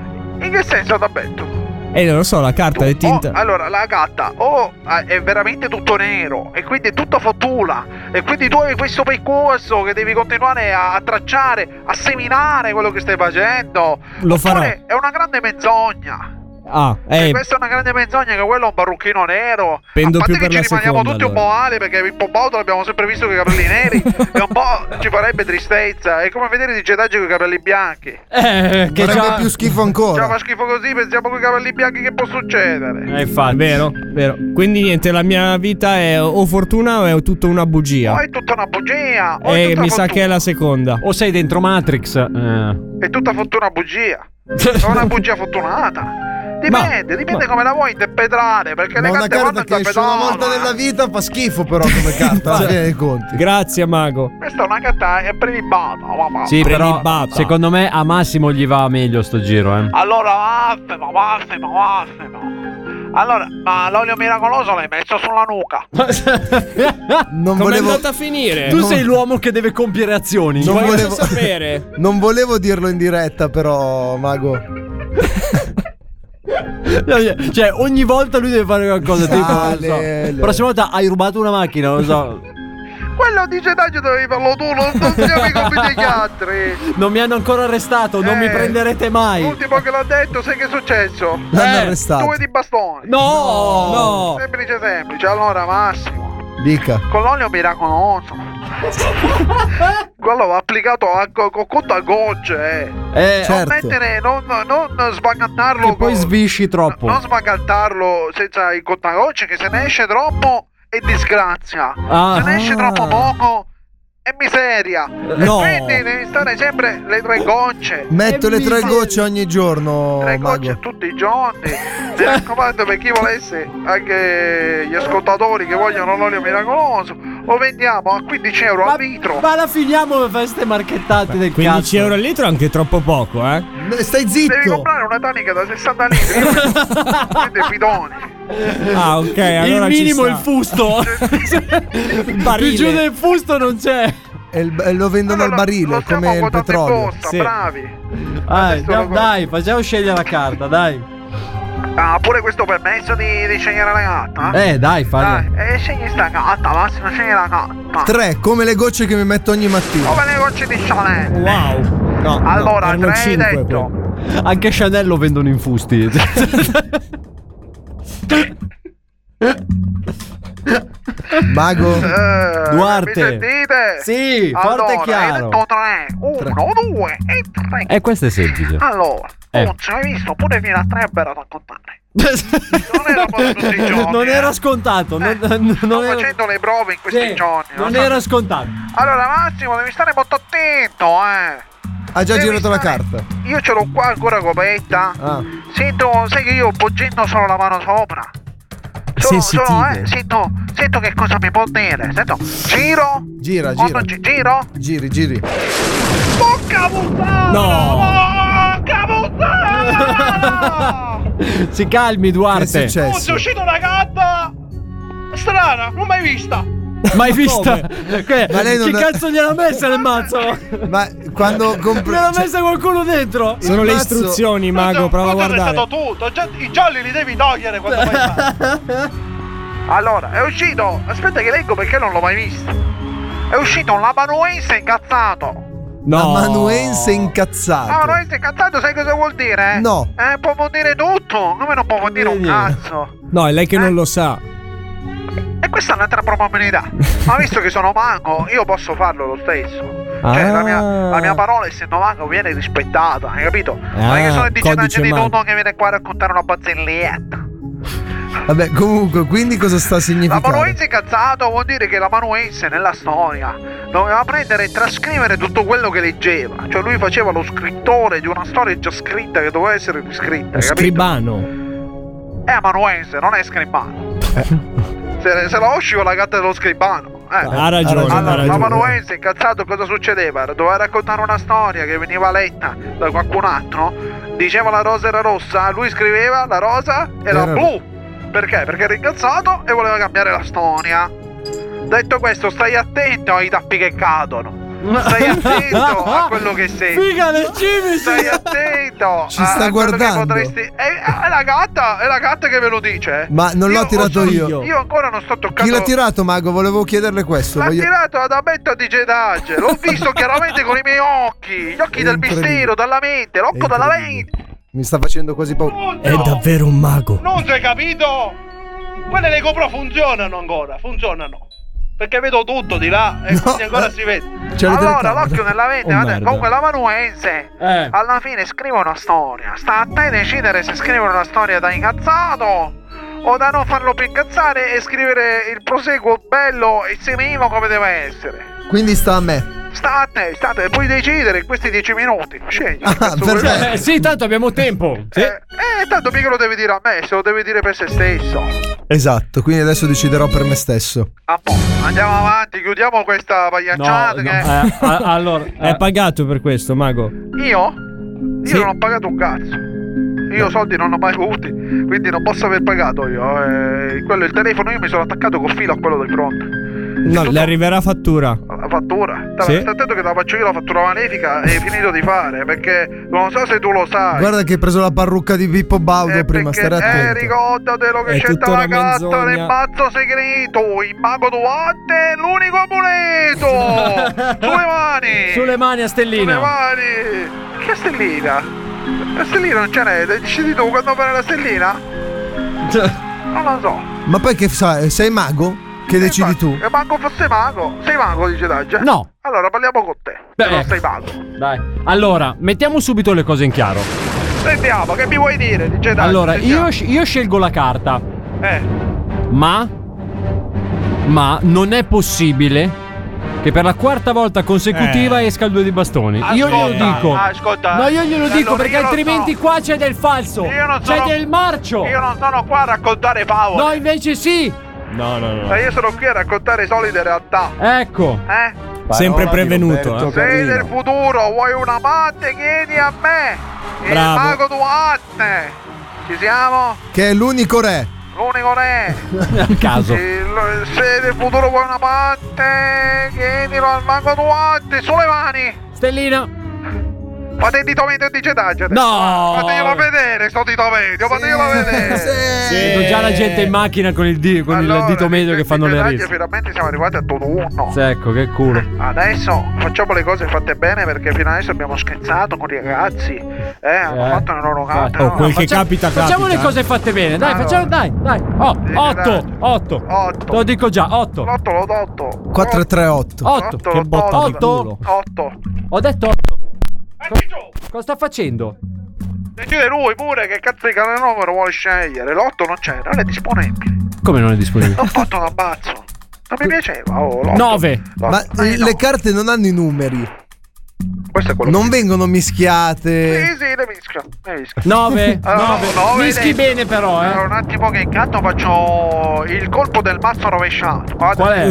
In che senso Tabetto? Eh, non lo so, la carta è Oh, tinta. allora la gatta o eh, è veramente tutto nero e quindi è tutta fortuna e quindi tu hai questo percorso che devi continuare a, a tracciare, a seminare quello che stai facendo. Lo farò. Oppure è una grande menzogna. Ah, E eh, questa è una grande menzogna che quello è un parrucchino nero. Pendo a parte più per che la ci rimaniamo seconda, tutti un po' male perché Pippo Baudo l'abbiamo sempre visto con i capelli neri. e un po' ci farebbe tristezza. È come vedere di Jedi con i capelli bianchi. Eh, che Farebbe già... più schifo Cioè, ancora. fa schifo così, pensiamo con i capelli bianchi che può succedere. Eh, infatti. vero, vero. Quindi niente, la mia vita è o fortuna o è tutta una O bugia. è tutta una bugia. o è E Eh, tutta mi sa fortuna. che è la seconda. O sei dentro Matrix. eh. È tutta fortuna bugia. È una bugia fortunata. Dipende, dipende come la vuoi interpretare. Perché Ma le una carte vanno eh. carta che esce una volta interpretate. nella vita fa schifo però come carta. alla fine dei conti. Grazie, mago. Questa è una carta eh, è prelibata. mamma. Sì, però Prelibata. secondo me a Massimo gli va meglio sto giro, eh. Allora, vaffe, ma vaffe, ma vaffe, ma- Allora, ma l'olio miracoloso l'hai messo sulla nuca. Non Come volevo, è andata a finire? Tu sei l'uomo che deve compiere azioni. non voglio volevo- sapere. non volevo dirlo in diretta però, Mago. Cioè, ogni volta lui deve fare qualcosa. Tipo, non so. Dale. Prossima volta hai rubato una macchina, non so. Quello di Jedi dovevi farlo tu, non, non siamo i compiti degli altri. Non mi hanno ancora arrestato, non Eh. mi prenderete mai. L'ultimo che l'ha detto, sai che è successo? L'hanno Eh, arrestato. Due di bastone. No! Semplice, semplice. Allora, Massimo. Dica. con l'olio miracoloso. Quello va applicato a, co- co- conto a gocce, eh. Eh, Certo. Non mettere, non, non sbagattarlo. che poi con- svisci troppo. Non sbagattarlo senza il contagocce, che se ne esce troppo è disgrazia. Ah. se ne esce troppo poco è miseria. No. E quindi devi stare sempre le tre gocce. Metto E le mi tre fa- gocce ogni giorno, Tre gocce Mago. tutti i giorni. Mi raccomando, per chi volesse, anche gli ascoltatori che vogliono l'olio miracoloso, lo vendiamo a 15 euro al litro. ma la finiamo per fare ste marchettate del 15 cazzo. euro al litro è anche troppo poco, eh. Stai Devi zitto. comprare una tanica da 60 litri. Quindi bidone. Ah, ok, allora il ci minimo sta. è il fusto. Più giù del fusto non c'è. lo vendono al barile come il petrolio. Sì. bravi. Ah, Adesso lo- dai, dai, facciamo scegliere la carta, dai. Ah, pure questo permesso di, di scegliere la gatta? Eh, dai, fallo. Dai, eh, scegli sta gatta, Massimo, scegli la gatta. Tre, come le gocce che mi metto ogni mattina. Come le gocce di Chanel. Eh, Wow. No, Allora, tre hai detto. Anche Chanel lo vendono in fusti. Mago. Duarte. Eh, Mi sentite? Sì, forte allora, e chiaro. Hai detto tre. Uno, due e tre. Eh, questo è semplice. Allora, Eh. non ci hai visto, pure fino a tre era da contare. non era scontato. Eh. Non, non era... facendo le prove in questi Sì, giorni. non lo so. era scontato. Allora, Massimo, devi stare molto attento, eh. Ha già Devi girato la stare- carta. Io ce l'ho qua ancora coperta. Ah. Sento, sai che io poggendo solo la mano sopra. Solo, Sensitive. solo, eh, sento, sento che cosa mi può dire. Sento, giro. Gira, Oh, gira. non gi- giro. Giri, giri. Porca puttana! Porca puttana! Si calmi, Duarte. Che è Oh, successo? è uscita una gatta! Strana, non mai vista! Mai vista? Que- Ma lei non Chi ha- cazzo gliel'ha messa nel mazzo? Ma quando compri. cioè, Gliel'ha messa qualcuno dentro? Sono Il le mazzo- istruzioni, Mago, prova a guardare. stato tutto, già- i gialli li devi togliere quando fai il mazzo. Allora, è uscito, aspetta che leggo perché non l'ho mai visto. È uscito un labanuense incazzato. No. Manuense incazzato. Labanuense incazzato, sai cosa vuol dire? eh? Ah, No. Eh, può vuol dire tutto, come non può vuol dire un cazzo. No, è lei che non lo sa. E questa è un'altra probabilità. Ma visto che sono manco, io posso farlo lo stesso. Cioè, la, mia, la mia parola, essendo manco, viene rispettata, hai capito? non è che Ah, sono il codice dicembre di Mago. tutto che viene qua a raccontare una barzelletta. Vabbè, comunque, quindi cosa sta a La significare? Manuense cazzato vuol dire che la Manuense nella storia doveva prendere e trascrivere tutto quello che leggeva. Cioè lui faceva lo scrittore di una storia già scritta che doveva essere riscritta. hai capito? Scribano. È amanuense, non è scribano. se, se la osci con la gatta dello scribano. Eh. Ha ragione, ha Allora, ragione. l'amanuense incazzato cosa succedeva? Doveva raccontare una storia che veniva letta da qualcun altro. Diceva la rosa era rossa, lui scriveva la rosa era Era- blu. Perché? Perché era incazzato e voleva cambiare la storia. Detto questo, stai attento ai tappi che cadono. Stai attento a quello che sei. Figa del cimici! Stai attento! Ci a- sta a quello che guardando. potresti- È, è la gatta, è la gatta che ve lo dice. eh. Ma non l'ho ho tirato solo- io. Io ancora non sto toccando. Chi l'ha tirato, Mago? Volevo chiederle questo. L'ha voglio- tirato ad Abetto di Gedage. L'ho visto chiaramente con i miei occhi. Gli occhi del incredibile. mistero, dalla mente, l'occo dalla mente. Mi sta facendo quasi paura. È davvero un mago. Non si è capito? Quelle le GoPro funzionano ancora, funzionano. Perché vedo tutto di là e quindi ancora si vede. C'è le allora, telecamere. l'occhio nella mente, Oh, guarda, merda. comunque la manuense Eh. alla fine scrive una storia. Sta a te decidere se scrivere una storia da incazzato o da non farlo più incazzare e scrivere il proseguo bello e semivo come deve essere. Quindi sta a me. Sta a te, sta a te, puoi decidere in questi dieci minuti. Scegli. Ah, che cazzo vuoi fare. Eh, sì, tanto abbiamo tempo. Sì. Eh, tanto mica lo devi dire a me, se lo devi dire per se stesso. Esatto, quindi adesso deciderò per me stesso. A po', andiamo avanti, chiudiamo questa pagliacciata che eh, allora, Eh, Ah. è pagato per questo, mago. io? Io non ho pagato un cazzo. Io soldi non ho mai avuti, quindi non posso aver pagato io. eh, quello, il telefono io mi sono attaccato col filo a quello del fronte. No, le arriverà fattura. La fattura. Sì. Stai attento che la faccio io la fattura malefica e finito di fare, perché non so se tu lo sai. Guarda che hai preso la parrucca di Pippo Ecco Baudo prima, Perché, stare eh, attento. ricordatelo che È c'è tutta la una gatta menzogna. nel mazzo segreto. Il mago Duarte è l'unico amuleto. Sulle mani. Sulle mani a Sulle stellina. mani. Che stellina? La stellina non ce n'è. Decidi tu quando fare la stellina? Non lo so. Ma poi che sai, sei mago? Che decidi tu? E manco fosse mago. Sei mago, dice Daggia? No. Allora parliamo con te. Beh, se non ecco. sei mago. Dai. Allora, mettiamo subito le cose in chiaro. Sentiamo, che mi vuoi dire? Dice Daggia. Allora, sentiamo. io, sc- io scelgo la carta, Eh. ma. Ma non è possibile che per la quarta volta consecutiva Eh. esca il due di bastoni. io glielo Ascolta, dico. ascolta. No, io glielo dico Allora, perché Cioè, io non altrimenti so. qua c'è del falso. Io non c'è sono- del marcio. Io non sono qua a raccontare favole. No, invece sì. No, no, Ma io sono qui a raccontare solide realtà. Ecco. Eh? Sempre prevenuto. Sei del eh. futuro, vuoi un amante? Chiedi a me. Il Bravo. mago Duarte. Ci siamo? Che è l'unico re. l'unico re. A caso. Il- se del futuro vuoi una parte, chiedilo al mago Duarte sulle mani. Stellina. Fate il dito medio e digitaggine. No! Fateglielo vedere, sto dito medio, fateglielo vedere. Vedo già Eh. la gente in macchina con il, di- con il dito medio che fanno le Dai, risse. finalmente siamo arrivati al turno 1. Ecco, che culo. Adesso facciamo le cose fatte bene perché fino adesso abbiamo scherzato con i ragazzi. Eh, hanno Eh, fatto le loro carte. Infatti. no? Facciamo- Cioè, Facciamo le cose fatte bene, dai, Allora. facciamo, dai, dai. Oh, 8, 8. Te lo dico già, 8. 8, l'ho 8. 438. 8. Otto, Che botta di otto, culo. 8. Ho detto 8. Cosa sta facendo? Decide lui pure che cazzo di canale numero vuole scegliere. L'8 non c'era, non è disponibile. Come non è disponibile? Ho fatto un abbazzo. Non mi piaceva. Oh, l'otto. 9 L'otto. Ah, Ma eh, le carte non hanno i numeri. non vengono mischiate. Sì, sì, le mischio. Le mischio. Nove, Allora, nove. Ah, nove Mischi dentro. bene però, eh. Allora, un attimo che intanto faccio il colpo del mazzo rovesciato. Guarda. Qual è?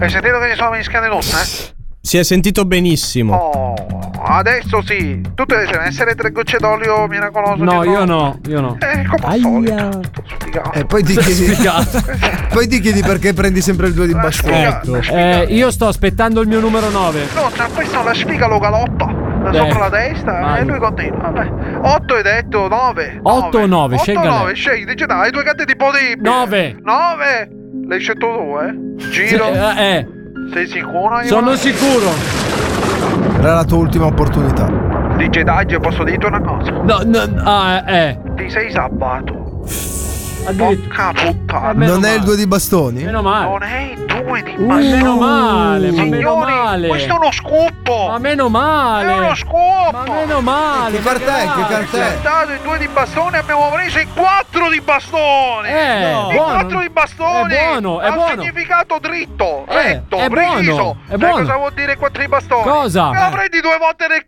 Hai sentito che ci sono mischiate tutte? Si è sentito benissimo. Oh. eh? Adesso sì. Tutte le sere, essere tre gocce d'olio miracoloso. No, Eh, dietro- io no, io no. Eh, come al solito. Sfigato. E poi ti chiedi. poi ti chiedi perché prendi sempre il 2 di bastone. Eh, io sto aspettando il mio numero 9. No, tra questo la sfiga lo galoppa da Beh. sopra la testa eh, e lui continua. Vabbè. 8 hai detto, 9. Otto o nove, 8 scelga 9, lei. scegli, dice dai, due carte disponibili. 9. 9. L'hai scelto tu, eh? Giro. Sì, eh, eh. Sei sicuro? Sono sicuro. Era la tua ultima opportunità. Dice dai, posso dirti una cosa? No, no, ah, eh. Ti sei sabbato. Porca puttana. non è il 2 di bastoni? Ah, Meno male. Non è il 2 di Ma meno male, ma meno Signori, male. Questo è uno scoop. Ma meno male. È uno scoop. Ma meno male. Che cartè, che ma cartè? È stato il 2 di bastone, abbiamo preso il 4 di bastone. Eh, No. il buono. 4 di bastone. È buono, è ha buono. significato dritto, Eh, retto, è buono, preciso. è Sai buono. cosa vuol dire 4 di bastone? Cosa? Me lo Eh. prendi due volte nel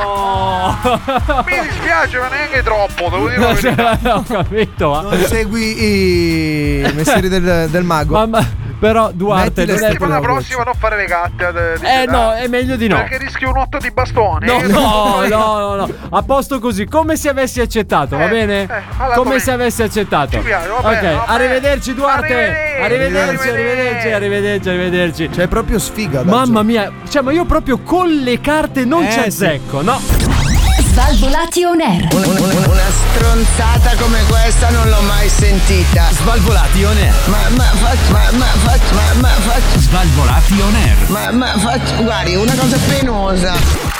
culo. Mi dispiace, ma neanche troppo, devo dire la verità. Ho capito. ma- Non segui i mestieri del, del mago. Ma- ma- però Duarte Metti le non è settimana proprio- prossima non fare le gatte. eh, dice, Eh, dai. no, è meglio di no. Perché rischi un otto di bastone. No, Eh, no, eh, no, no, no. A posto così, come se avessi accettato, va bene? come alla domenica. se avessi accettato. Ci piace, va ok, bene, va bene. arrivederci Duarte. Arrivederci, Arrivederci. arrivederci, arrivederci, arrivederci. C'è proprio sfiga. da Mamma mia, cioè, ma io proprio con le carte non Eh, ci sì. azzecco, no? Svalvolati on air. Una stronzata come questa non l'ho mai sentita. Svalvolati on air. Ma ma fac- ma ma fac- ma ma fac- Svalvolati on air. ma ma fac- guardi, una cosa penosa.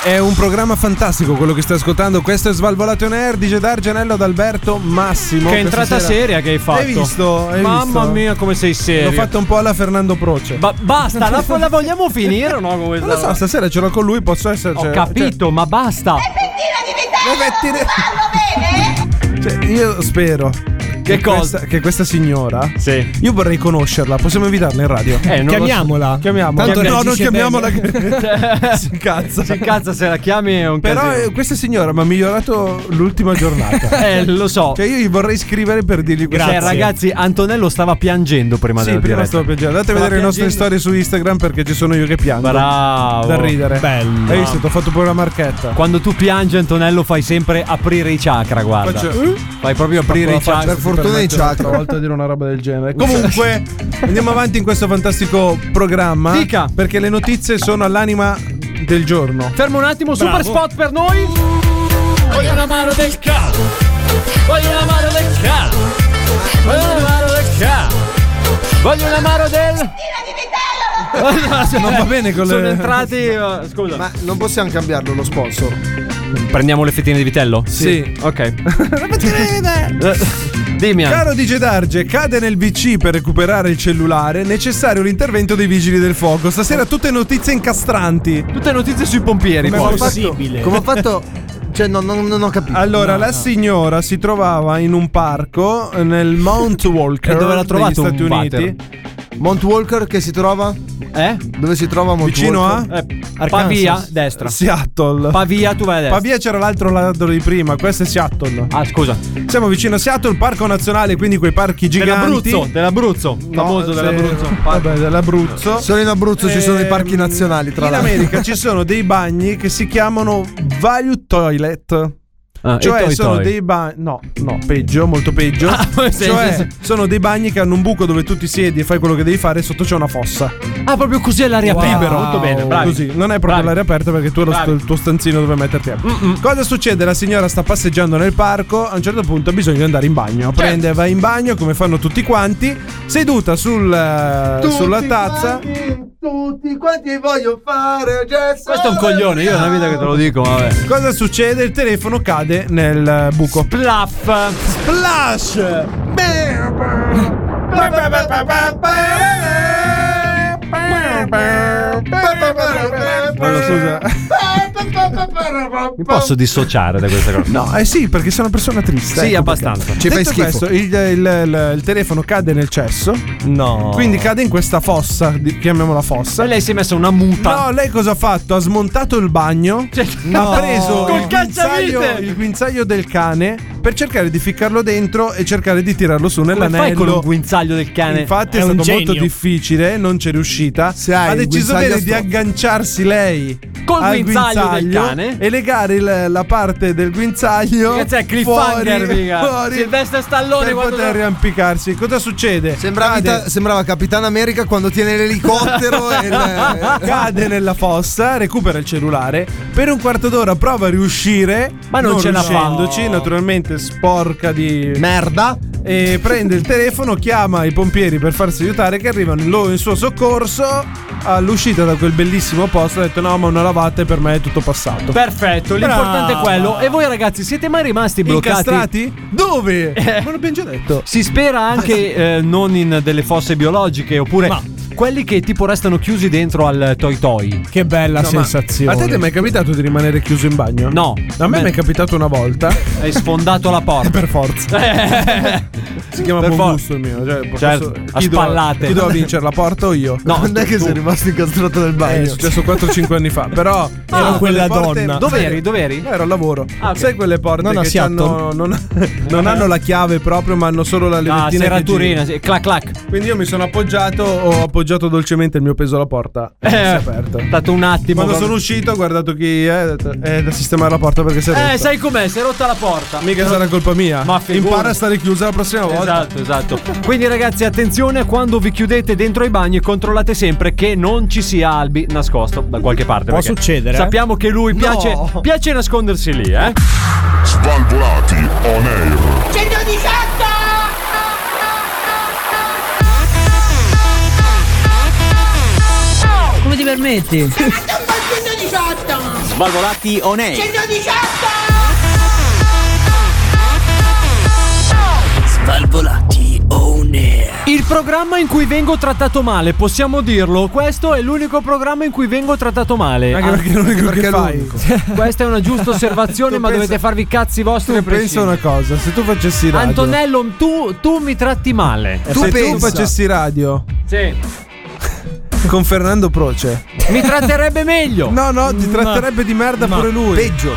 È un programma fantastico quello che stai ascoltando. Questo è Svalvolato on Air di Gedar Gianello ad Alberto Massimo. Che Questa entrata sera- seria che hai fatto. Hai visto? Hai Mamma visto? mia, come sei serio. L'ho fatto un po' alla Fernando Proce. Ba- basta, la, la vogliamo finire o no? Come Non lo so, cioè, stasera ce l'ho con lui, posso essere. Ho capito, ma basta. Cioè, io spero. Che cosa? Questa, che questa signora. Sì. Io vorrei conoscerla. Possiamo invitarla in radio? Eh, non lo so. chiamiamola. Chiamiamola. Tanto no, non reagisce chiamiamola. bene. si incazza. Si incazza se la chiami è un Però casino. eh, questa signora mi ha migliorato l'ultima giornata. Eh, lo so. Cioè, io gli vorrei scrivere per dirgli questo. Cioè, ragazzi, Antonello stava piangendo prima Sì, della prima diretta. stavo piangendo. Andate a Stava vedere le nostre piangendo. storie su Instagram perché ci sono io che piango. Bravo. Da ridere. Bello. Hai visto? Ti ho fatto pure la marchetta. Quando tu piangi, Antonello, fai sempre aprire i chakra, guarda. Faccio- Fai proprio aprire i chakra. Per fortuna i chakra. Una volta a dire una roba del genere. Comunque, andiamo avanti in questo fantastico programma. Dica. Perché le notizie sono all'anima del giorno. Fermo un attimo, Bravo. super spot per noi. Voglio la mano del capo. Voglio la mano del capo. Voglio la mano del capo. Voglio la mano del. Ah, Non va bene con le- eh, Sono entrati. eh, Scusa. Ma non possiamo cambiarlo lo sponsor. Prendiamo le fettine di vitello? Sì. Ok. Dimmi. Anna. Caro DJ Darge, cade nel VC per recuperare il cellulare. Necessario l'intervento dei vigili del fuoco. Stasera tutte notizie incastranti. Tutte notizie sui pompieri. Come poi. ho fatto- Possibile. Come ho fatto- Cioè, no, no, non ho capito. Allora, No, la no. signora si trovava in un parco eh, nel Mount Walker E dove l'ha trovato negli Stati un Uniti. Mount Walker che si trova? Eh? Dove si trova Mount Vicino Walker? a? Arkansas. Pavia, destra. Seattle. Pavia, tu vai a destra. Pavia c'era l'altro lato di prima, questo è Seattle. Ah, scusa. Siamo vicino a Seattle, parco nazionale, quindi quei parchi giganti. Dell'Abruzzo, dell'Abruzzo. famoso sì. dell'Abruzzo. Vabbè, dell'Abruzzo. Solo in Abruzzo ci sono i parchi Ehm, nazionali, tra In l'altro. America ci sono dei bagni che si chiamano value toilet. Ah, i cioè toi sono toi. dei bagni no no peggio molto peggio nel cioè senso- sono dei bagni che hanno un buco dove tu ti siedi e fai quello che devi fare e sotto c'è una fossa Ah, proprio così all'aria Wow. aperta. Molto bene, bravi. Così, non è proprio l'aria aperta perché tu hai lo st- il tuo stanzino dove metterti. a- Cosa succede? La signora sta passeggiando nel parco, a un certo punto ha bisogno di andare in bagno. Prende, va in bagno come fanno tutti quanti, seduta sul, eh, Tutti sulla tazza. quanti, tutti quanti voglio fare gesso. Questo è un coglione, io è una vita che te lo dico, vabbè. Cosa succede? Il telefono cade nel eh, buco. Splaff! Splash! Allora, scusa. Mi posso dissociare da questa cosa? No, eh sì, perché sono una persona triste. Sì, ecco abbastanza. perché. Ci fai Detto schifo. questo, il, il- il- il telefono cade nel cesso. Oh. No. Quindi cade in questa fossa, di- chiamiamola fossa. E lei si è messa una muta. Cioè, No, lei cosa ha fatto? Ha smontato il bagno, no. ha preso Col il guinzaglio, cacciavite! il guinzaglio del cane per cercare di ficcarlo dentro e cercare di tirarlo su Come nell'anello. fai con un guinzaglio del cane? Infatti è, È un stato genio. molto difficile, non c'è riuscita. hai ha il deciso guinzaglio bene a di stoffa. agganciarsi lei Col al guinzaglio del guinzaglio cane? e legare il- la parte del guinzaglio Ragazzi, è cliffhanger, fuori, mica. fuori Silvestre Stallone per quando- poter riampicarsi. Cosa succede? Sembrava, Vita- sembrava Capitan America quando tiene l'elicottero Ecco, e il- cade nella fossa, recupera il cellulare, per un quarto d'ora prova a riuscire, Ma non ce la fa. riuscendoci, naturalmente sporca di merda e prende il telefono, chiama i pompieri per farsi aiutare che arrivano in, lo- in suo soccorso. All'uscita da quel bellissimo posto ha detto no ma una lavata e per me è tutto passato. Perfetto, l'importante è Brava. quello. E voi ragazzi, siete mai rimasti bloccati? Eh. Incastrati? Dove? Ma l'abbiamo già detto. Ah, Si spera anche eh, non in delle fosse biologiche, oppure quelli che tipo restano chiusi dentro al Toy Toy. Che bella No, ma- sensazione. A te ti è mai capitato di rimanere chiuso in bagno? No. A me Beh. mi è capitato una volta. Hai sfondato la porta. per forza. si chiama Per buon for- gusto il mio. Cioè, Certo, a chi spallate. Doveva, chi doveva vincere, la porta o io? No, Quando è che sei rimasto incastrato nel bagno? Eh, è successo 4-5 anni fa. Però Ah, erano quella quelle porte- donna. Dove eri? Dove eri? No, ero al lavoro. Ah, ok. Sai quelle porte Non a che Seattle? hanno- non, non hanno la chiave proprio, ma hanno solo la Ah, levettina. che serraturina, gira. sì, clac clac. Quindi io mi sono appoggiato, ho appoggiato dolcemente il mio peso alla porta. e Eh, si è aperta. Dato un attimo. Quando proprio. sono uscito ho guardato chi è, ho detto, è da sistemare la porta perché si è rotta. Eh, sai com'è? Si è rotta la porta. Mica sarà colpa mia. Ma figurati. Impara a stare chiusa la prossima volta. Esatto, esatto. Quindi ragazzi, attenzione a quando vi chiudete dentro ai bagni, controllate sempre che non ci sia Albi nascosto da qualche parte. Può perché succedere, eh? Sappiamo che lui piace, piace nascondersi lì, eh. Svalvolati on air. 118! Come ti permetti? 118! Svalvolati on 118! Svalvolati on air. Il programma in cui vengo trattato male, possiamo dirlo, questo è l'unico programma in cui vengo trattato male. Anche Ah, perché non l'unico che è fai. l'unico. Questa è una giusta osservazione, Tu ma pensa- dovete farvi i cazzi vostri. Tu a pensa prescindere. una cosa, se tu facessi radio. Antonello, tu, tu mi tratti male. se tu facessi radio Sì. con Fernando Proce. Mi tratterebbe meglio. No, no, ti tratterebbe di merda pure lui. Peggio.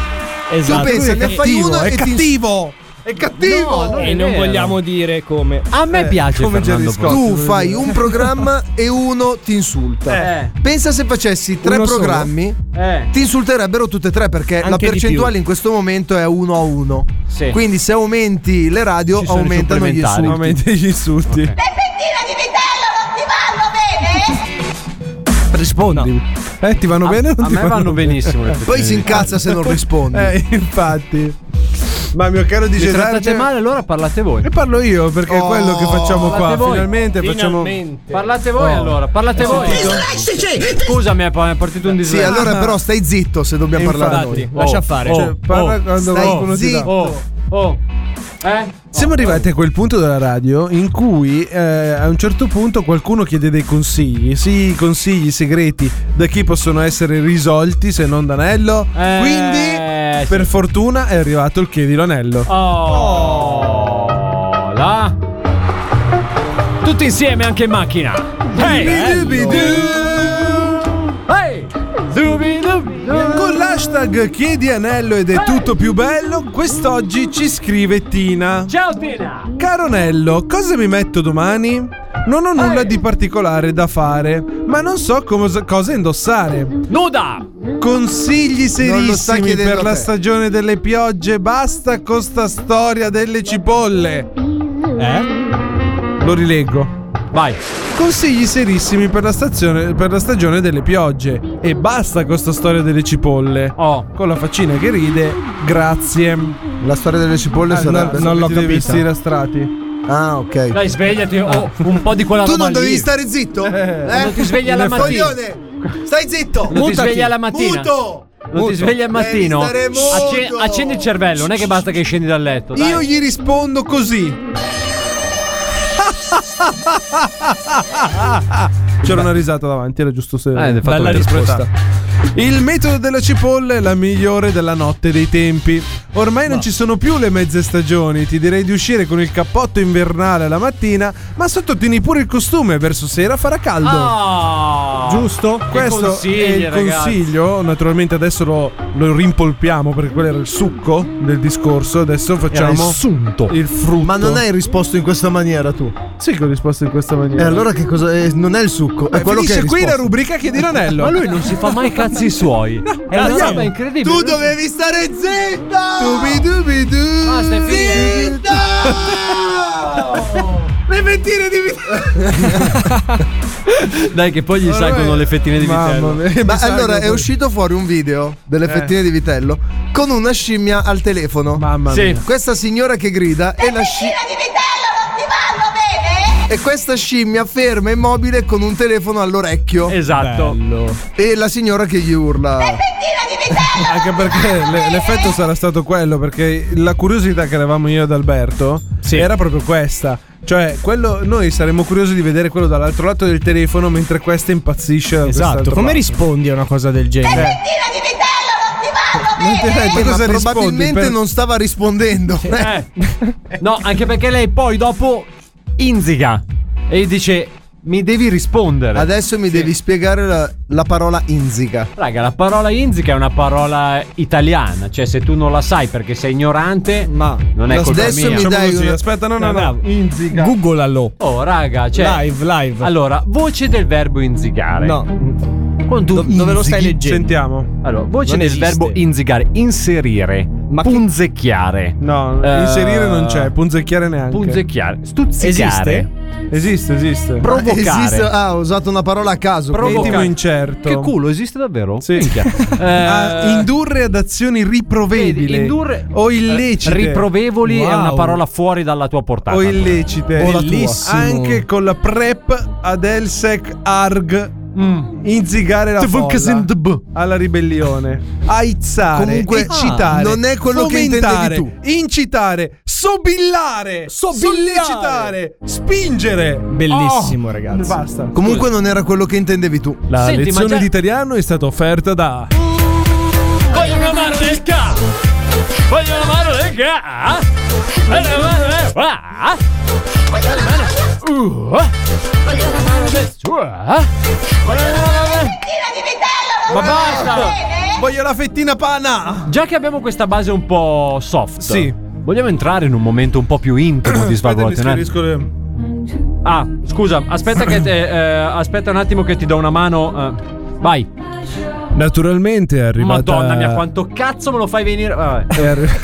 Esatto. Tu pensa, Lui è ne fai cattivo, uno è e ti- cattivo. È cattivo. No, E non vogliamo dire come. A me piace come Fernando Gerry Proce. Scott. Ah, Tu fai un programma e uno ti insulta. Eh. Pensa se facessi tre Uno solo? programmi, Eh. ti insulterebbero tutte e tre perché la Anche di percentuale più. in questo momento è uno a uno. Sì. Quindi se aumenti le radio Ci sono i aumentano gli supplementari. insulti. Veramente gli insulti. Pezzettina di vitello, non ti vanno bene? Rispondi. Eh, ti vanno bene o non A ti me vanno benissimo. le Poi si fettine. incazza se non rispondi. Eh, infatti. Ma mio caro Mi dice trattate male, allora parlate voi. E parlo io perché è Oh, quello che facciamo qua. parlate voi. Finalmente, facciamo. Parlate voi allora, parlate voi. Dislessici! Scusami, è partito un Sì, disegno. allora però stai zitto se dobbiamo parlare Infatti. noi. Oh, Lascia fare. Cioè, parla quando stai qualcuno ti dà. zitto. Oh, oh. Eh? Siamo arrivati a quel punto della radio in cui eh, a un certo punto qualcuno chiede dei consigli, sì, consigli segreti da chi possono essere risolti se non da Anello. Eh, Quindi, sì. per fortuna è arrivato il chiedilo Anello. Oh. Là. Tutti insieme anche in macchina. Hey, Eh, hey. Zubi, dubi, du. Con l'hashtag chiedi Anello ed è tutto più bello, quest'oggi ci scrive Tina. Ciao Tina. Eh. Caro Nello, cosa mi metto domani? Non ho nulla di particolare da fare, Ma non so come- cosa indossare. Nuda! Consigli Non lo sta serissimi chiedendo per a la te. stagione delle piogge. Basta con sta storia delle cipolle. Eh? Lo rileggo. Vai. Consigli serissimi per la, stazione- per la stagione delle piogge. E basta con sta storia delle cipolle. Oh. Con la faccina che ride, grazie. Ah, La storia delle cipolle sarebbe- Non l'ho Ti devi capita. vestire a strati. Ah, ok. Dai, svegliati. Oh, un po' di quella Tu roba non dovevi lì. stare zitto? Eh. Quando ti svegli alla mattina. Coglione, Stai zitto. Non ti Mutati. svegli alla mattina. Muto. Non ti svegli al mattino. Devi stare muto. Acce- accendi il cervello, non è che basta che scendi dal letto. Dai. Io gli rispondo così. C'era una risata davanti, era giusto se. hai fatto bene. Il metodo della cipolla è la migliore della notte dei tempi. Ormai non ci sono più le mezze stagioni. Ti direi di uscire con il cappotto invernale la mattina, ma sottotieni pure il costume. Verso sera farà caldo. Giusto? Che Questo è Ah. consigli, il ragazzi. consiglio. Naturalmente adesso lo, lo rimpolpiamo perché quello era il succo del discorso. Adesso facciamo il Oh. sunto. il frutto. Ma non hai risposto in questa maniera tu. Sì che ho risposto in questa maniera. E allora che cosa eh, non è il succo, è Eh, quello che finisce hai qui la risposto. rubrica Chiedi l'anello. Ma lui non si fa mai cazzi suoi. È una Andiamo. roba incredibile. Tu dovevi stare zitta! Basta, è finito. Le mentire di Dai, che poi gli salgono le fettine di vitello. Ma allora è uscito fuori un video delle Eh. fettine di vitello con una scimmia al telefono. Mamma Sì. mia. Questa signora che grida e la scimmia di vitello non ti vanno bene? E questa scimmia ferma immobile con un telefono all'orecchio. Esatto. E la signora che gli urla. Anche perché le- l'effetto sarà stato quello, perché la curiosità che avevamo io ed Alberto era proprio questa. Cioè, quello, noi saremmo curiosi di vedere quello dall'altro lato del telefono mentre questa impazzisce. da Esatto, quest'altro come lato. rispondi a una cosa del genere? Eh, ma cosa rispondi? probabilmente Per- non stava rispondendo. Eh. No, anche perché lei poi dopo inziga e dice mi devi rispondere. Adesso mi devi spiegare la, la parola inziga. Raga, la parola inzica è una parola italiana, cioè se tu non la sai perché sei ignorante, ma non è colpa Adesso mia. mi dai una- Inziga. Google Oh, raga, cioè Live, live. Allora, voce del verbo inzigare. No. Quando dove lo stai leggendo? Sentiamo. Allora, voce Non del esiste. verbo inzigare, inserire, punzecchiare. No, Eh, inserire non c'è, punzecchiare neanche. punzecchiare, stuzzicare. Esiste? Esiste, esiste. Eh, esatto, Provocare. Esiste- ah, ho usato una parola a caso. Provocare. quindi. Intimo incerto. Che culo, esiste davvero? Sì. Minchia. Eh, Ah, indurre ad azioni riprovevili vedi, indurre- eh, o illecite. Riprovevoli è una Wow. parola fuori dalla tua portata. o illecite. O la tua. Bellissimo. Anche con la prep ad Elsec Arg. Inzigare la folla boh. alla ribellione. Aizzare, Comunque, eccitare, non è quello che fomentare, intendevi Incitare, sobillare, sollecitare, spingere. Bellissimo, Oh, ragazzi. Basta. Comunque non era quello che intendevi tu. La Senti, ma lezione già- di italiano è stata offerta da Voglio una mano del capo. Voglio una mano del capo. Voglio una mano del qua. Voglio una mano. Uh. Voglio una mano del sua. Voglio una mano del. Ma basta! Voglio la fettina pana. Già che abbiamo questa base un po' soft. Sì. Vogliamo entrare in un momento un po' più intimo di Aspetta, mi Svalvolation. schiarisco le- Ah, scusa, aspetta che te, eh, aspetta un attimo che ti do una mano. eh. Vai. Naturalmente è arrivata Madonna mia, quanto cazzo me lo fai venire? Vabbè. è arri-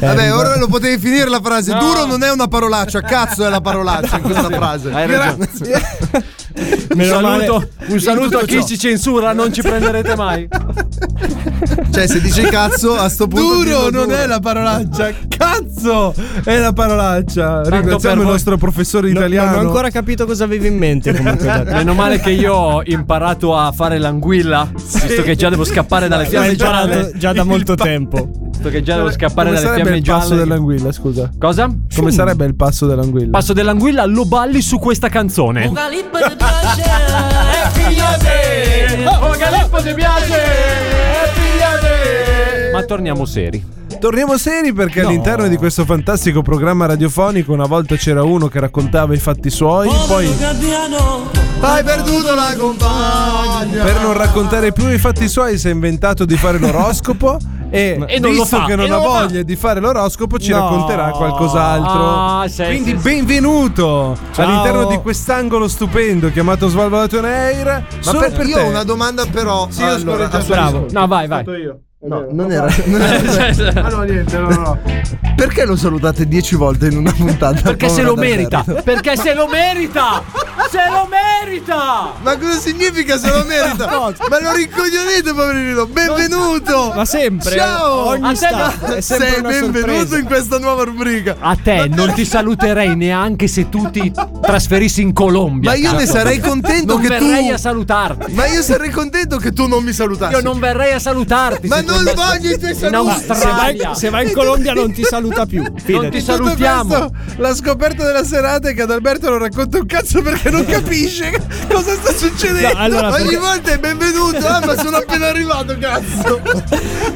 Vabbè, ora lo potevi finire la frase. No. Duro non è una parolaccia, cazzo è la parolaccia in questa frase. Hai ragione. Un saluto, un saluto a chi ci censura, non ci prenderete mai. Cioè, se dici cazzo, a sto punto. Duro dillo non duro. è la parolaccia, Cioè, cazzo! È la parolaccia. Ringraziamo per il voi. nostro professore italiano. Non ho ancora capito cosa avevi in mente comunque. da- Meno male che io ho imparato a fare l'anguilla, visto che già devo scappare dalle fiamme L'hai gialle. imparato già da molto tempo. Visto che già devo scappare Cioè, Come dalle sarebbe fiamme il passo gialle. dell'anguilla, scusa? Cosa? Come sarebbe il passo dell'anguilla? Passo dell'anguilla lo balli su questa canzone. Ma torniamo seri. Torniamo seri perché all'interno di questo fantastico programma radiofonico una volta c'era uno che raccontava i fatti suoi, poi Hai perduto la compagna. per non raccontare più i fatti suoi si è inventato di fare l'oroscopo E, E non lo visto fa, che non e ha non lo fa. voglia di fare l'oroscopo, ci No. racconterà qualcos'altro. Ah, sì, Quindi sì, sì. benvenuto Ciao. all'interno di quest'angolo stupendo chiamato Svalvolato on Air. Solo per- per io te. ho una domanda però. Sì, io Allora, scorreggiato. bravo. No, vai, vai. No, non era. non era- Ah, no, niente, no, no. Perché lo salutate dieci volte in una puntata? Perché se Povera lo da merita. merda. Perché se lo merita. Se lo merita. Ma cosa significa se lo merita? Ma lo rincoglionite, poverino! Benvenuto! Ma sempre, Ciao! ogni A te istante, no- è sempre Sei una benvenuto sorpresa. in questa nuova rubrica! A te non ti saluterei neanche se tu ti trasferissi in Colombia. Ma io ne cazzo. sarei contento non che tu- verrei a salutarti. Ma io sarei contento che tu non mi salutassi! Io non verrei a salutarti. Ma se tu non andassi voglio i tuoi In saluti. Australia. Se vai in Colombia non ti saluta più. Non ti salutiamo. la scoperta della serata è che ad Alberto non racconta un cazzo perché non capisce cosa sta succedendo. No, allora, Ogni perché- volta è benvenuto, ah, ma sono appena arrivato, cazzo!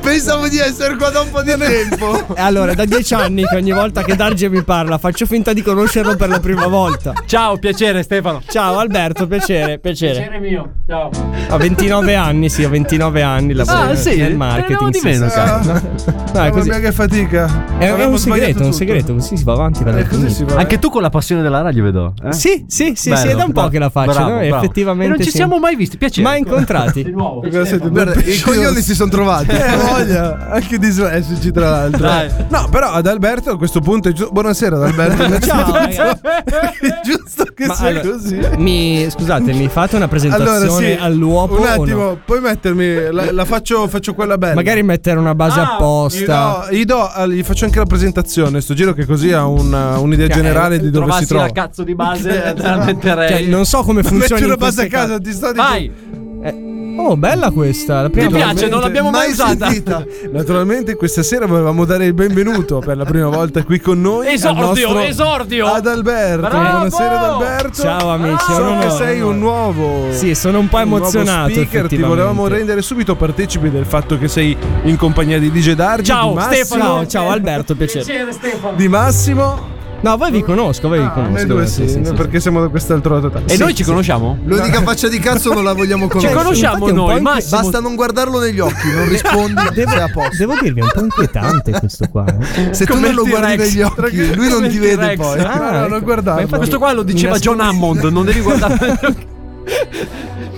Pensavo di essere qua da un po' di tempo! E Allora, da dieci anni che ogni volta che Darge mi parla faccio finta di conoscerlo per la prima volta. Ciao, piacere Stefano. Ciao Alberto, piacere, piacere. mio. Ciao. Ho 29 anni, sì, ho 29 anni. Lavoro Ah, sì? nel Speriamo marketing. di sì, meno, sì, cazzo. sì. No, è Mamma così. mia, che fatica. È, è Avevo un sbagliato segreto, un tutto. segreto, così si va avanti. va avanti. Anche tu con la passione della radio vedo. Eh? Sì, sì, sì, Bello, sì, è da un po' bravo, che la faccio, bravo, no? bravo. effettivamente. E non ci sì. siamo mai visti, piacere. Mai incontrati. Di nuovo. Eh, Guarda, siete due Guarda, i pesci- coglioni si sono trovati! Eh, voglia, anche dislessici tra l'altro. Dai. No, però ad Alberto a questo punto è giusto. Buonasera, ad Alberto. Ciao, ragazzi. è giusto che Ma sia allora, così. Mi, scusate, mi fate una presentazione Allora, sì, all'uopo? un o no? attimo, puoi mettermi. La, la faccio, faccio quella bella. Magari mettere una base Ah. apposta. Gli, do- gli do- ah, gli faccio anche la presentazione. Sto giro, che così ha un- uh, un'idea Cioè, generale di dove Trovassi si trova. la cazzo di base te la metterei. Cioè, non so come funziona. Metti una in base queste a casa, ti sto Vai. Eh, Oh, bella questa. La prima Mi piace, non l'abbiamo mai usata. sentita. Naturalmente questa sera volevamo dare il benvenuto per la prima volta qui con noi Esordio, al nostro esordio. Adalberto. Bravo. Buonasera Adalberto. Ciao, amici, è So un che onore, sei un un nuovo Sì, sono un po' un nuovo emozionato. speaker, ti effettivamente. volevamo rendere subito partecipi del fatto che sei in compagnia di DJ Dargi, di Ciao, Massimo, Stefano. Ciao, ciao, Alberto, piacere. Stefano. di Massimo. Ah, No, voi vi conosco, voi vi conosco. eh, Noi due sì, sì, sì, no, sì. perché siamo da quest'altro lato. E noi ci conosciamo? L'unica faccia di cazzo non la vogliamo conoscere. conosciamo Infatti è un noi, po' inqui- Massimo. Basta non guardarlo negli occhi, non rispondi, sei a posto. Devo dirvi, è un po' inquietante questo qua. eh. Se tu Come non lo il guardi T-Rex. negli occhi, lui non ti vede T-Rex. poi. Ah, No, non guardavo. Questo qua lo diceva nascondi- John Hammond, non devi guardare.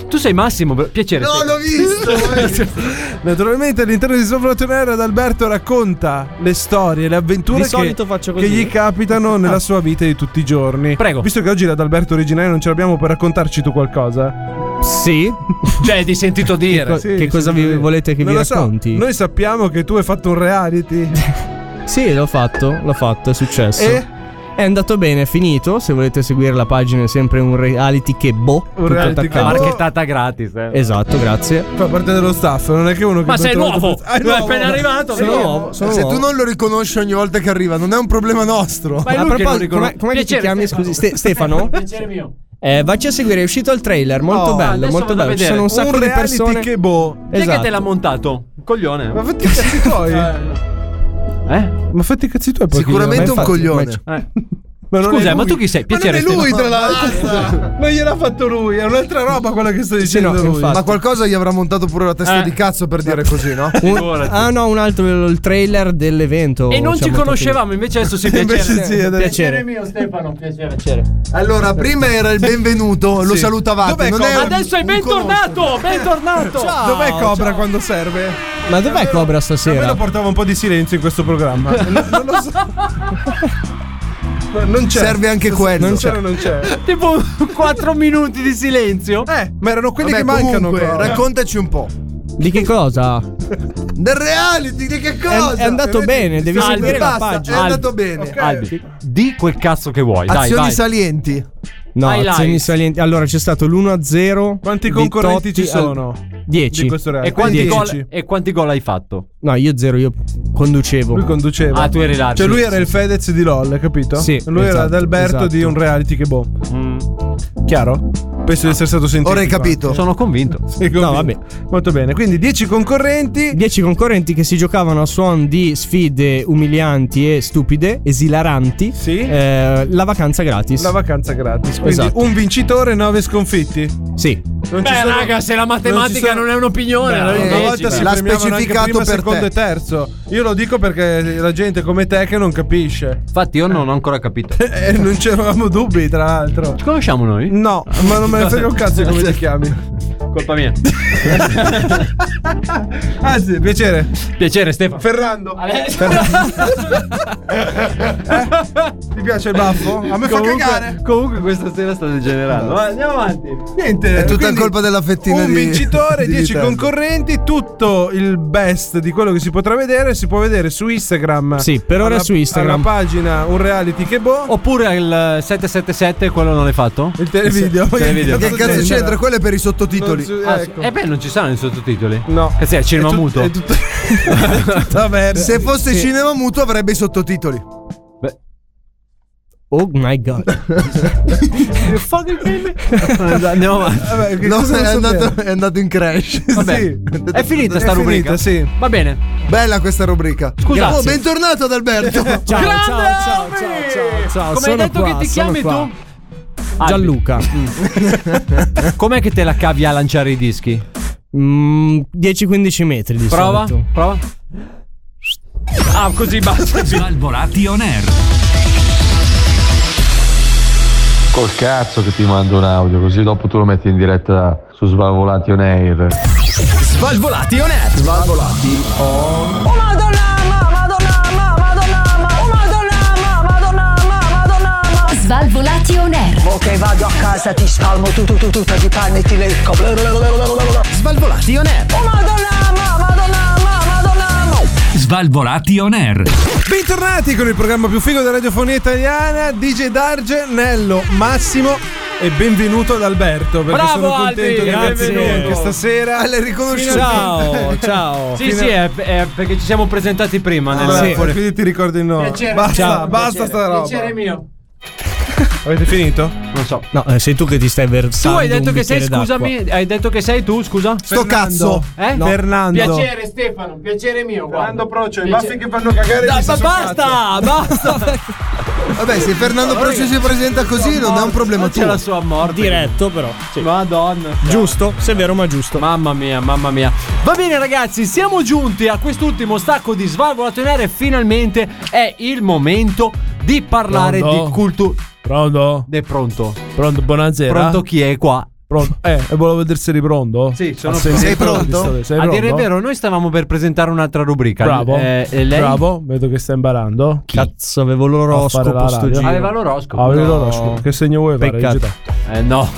tu sei Massimo, bro- piacere. No, Stefano. l'ho visto! Naturalmente all'interno di Sovratonera Adalberto racconta le storie, le avventure Di che, solito faccio che così. Ah. gli capitano nella sua vita di tutti i giorni. Prego. Visto che oggi l'Adalberto originale non ce l'abbiamo per raccontarci tu qualcosa. Sì. Cioè, ti sentito dire. Sì, che cosa sì, vi sì. volete che Non vi lo so, racconti? Noi sappiamo che tu hai fatto un reality. Sì, l'ho fatto, l'ho fatto, è successo. E? È andato bene, è finito. Se volete seguire la pagina è sempre un reality che boh. tutto reality che attaccato. boh. Marchettata gratis. eh. Esatto, grazie. Fa parte dello staff, non è che uno che. Ma sei nuovo! Ah, è Tu è nuovo. appena arrivato. Sono vedi? nuovo, sono Se nuovo. tu non lo riconosci ogni volta che arriva, non è un problema nostro. Ma è A lui che non proposito, come, riconosce. come ti Piacere, chiami? Scusi, Ste- Stefano? Piacere mio. Eh, vacci a seguire, è uscito il trailer, molto Oh, bello, adesso molto vado a bello. Ci sono un vedere. sacco Un di reality persone. che boh. Chi è che Esatto. te l'ha montato? Coglione. Ma fatti i cazzi tuoi. Eh? Ma fatti i cazzi tuoi. poi che Sicuramente glielo- un coglione. Eh. Ma non Scusa, è ma lui. tu chi sei? Ma non Piacere. è lui, Stefano. tra l'altro. non gliel'ha fatto lui. È un'altra roba quella che sto dicendo. no, lui. infatti. Ma qualcosa gli avrà montato pure la testa Eh. di cazzo per dire così, no? Un- Figurati. ah no, un altro il trailer dell'evento. E non ha ci montato- conoscevamo, invece adesso si piacere. Invece sì, eh. adesso- Piacere. mio, Stefano. Piacere. piacere. Allora, prima era il benvenuto, lo Sì. salutavate. Dov'è non Cobra? è un- Adesso è un bentornato! Bentornato! Ciao. Dov'è Oh, Cobra quando serve? Ma dov'è Cobra Me stasera? lo portava un po' di silenzio in questo programma. Non, non lo so. No, Non c'è. Serve anche quello. Non c'è, non c'è. Tipo 4 minuti di silenzio. Eh, ma erano quelli Vabbè, che mancano. comunque, ancora. raccontaci un po'. Di che cosa? Del reality, di che È, cosa? è andato bene, devi Salve, seguire la Basta, pagina. è Albi. andato bene. Ok. Albi, di quel cazzo che vuoi. Dai, Azioni vai. salienti. No, Highlights. azioni salienti. Allora c'è stato l'1-0. Quanti concorrenti ci sono? 10. Di questo reality. e, quanti Dieci. gol, e quanti gol hai fatto? No, io zero, io conducevo. Lui conduceva. Ah, tu eri là, Cioè, sì, lui era sì. il Fedez di LOL, capito? Sì, Lui era esatto, Adalberto di esatto. Mm. un reality che boh. Chiaro? Penso di essere stato sentito. Ora hai capito. Sono convinto. No, vabbè. Molto bene, quindi 10 concorrenti. 10 concorrenti che si giocavano a suon di sfide umilianti e stupide, esilaranti. eh, Sì. la vacanza gratis. eh, La vacanza gratis. Quindi Esatto. un vincitore, 9 sconfitti. Sì. Non ci Beh, sono- raga, se la non ci matematica sono- non è un'opinione, Beh, allora una dieci, volta dai. si L'ha premiavano anche specificato prima, per secondo te. e terzo. Io lo dico perché la gente come te che non capisce. Infatti, io non ho ancora capito. Eh, Mm. non c'eravamo dubbi, tra l'altro. Ci conosciamo noi? No, ma non me ne frega un cazzo di come Cioè, ti chiami. Colpa mia. Anzi, piacere. Piacere, Stefano. Ferrando. Eh? Ti piace il baffo? A me fa Comunque- cagare. Comunque questa sera sta degenerando. Ma andiamo avanti. Niente. È tutta quindi colpa della fettina Un di- vincitore, di 10 Viterbo. concorrenti. Tutto il best di quello che si potrà vedere si può vedere su Instagram. Sì, per ora Alla- è su Instagram. Alla pagina Un Reality Che Boh. Oppure il 777, quello non l'hai fatto? Il televideo. televideo. Che cazzo c'entra? Quello è per i sottotitoli. Non su- Ah, ecco. Eh beh, non ci saranno i sottotitoli. No. Cazzo, è cinema È tut- muto. è tutta- Se fosse cinema muto avrebbe i sottotitoli. Oh my god. Andiamo avanti. Vabbè, che No, cosa è, vuoi andato, sapere? è andato in crash. Vabbè. Sì. È finita sta È rubrica. finita, sì. Va bene. Bella questa rubrica. Scusa. Oh, bentornato ad Alberto. ciao, ciao, ciao, ciao, ciao, ciao. Come hai sono detto qua, che ti sono chiami qua. tu? Gianluca. Com'è che te la cavi a lanciare i dischi? Mm, 10-15 metri di Prova, solito. prova. Ah, così basta. Svalvolati on air. Col cazzo che ti mando un audio, così dopo tu lo metti in diretta su Svalvolati on Air. Svalvolati on air. Svalvolati on. Oh madonna, ma, madonna, ma, madonna, ma, oh madonna, ma, madonna, ma, madonna, ma. Svalvolati on air. Ok, vado a casa, ti spalmo tu, tu, tu, tu, ti panni e ti lecco. Svalvolati on air. Oh madonna, ma, madonna, ma, madonna, ma. Svalvolati on air. Bentornati con il programma più figo della radiofonia italiana, DJ Darge, Nello, Massimo e benvenuto ad Alberto. Perché Bravo, sono contento Albi, di averti benvenuto. qui anche stasera. l'hai riconosciuto. Ciao, ciao. Sì, sì, è, è perché ci siamo presentati prima. nel- Allora, fuori- quindi ti ricordo il nome. basta, basta sta roba. mio. Avete finito? Non so. No, eh, sei tu che ti stai Tu versando. hai un detto che sei, bicchiere d'acqua. scusami, hai detto che sei tu, scusa? Sto cazzo. Eh? No. Fernando. Piacere Stefano, piacere mio. Fernando Procio, i baffi che fanno cagare Dai, gli ma sta sul basta, basta. Vabbè, se Fernando Procio si presenta così non è un problema C'è tuo. la sua morte. Diretto però. Madonna. Giusto, se è vero ma giusto. Mamma mia, mamma mia. Va bene ragazzi, siamo giunti a quest'ultimo stacco di Svalvolato in Aria e finalmente è il momento di parlare Pronto? di cultura. Pronto? È pronto. Pronto, buonasera. Pronto chi è qua? Pronto. Eh, e volevo vedere se eri pronto. Sì, sono Ah, sei pronto. pronto? Sei a dire il pronto? vero, noi stavamo per presentare un'altra rubrica. Bravo. Eh, e lei Bravo, vedo che stai imparando. Cazzo, avevo A fare la l'oroscopo sto radio. giro. aveva l'oroscopo. Ah, vedo No. l'oroscopo. Che segno vuoi fare? Peccato. Digita? Eh no.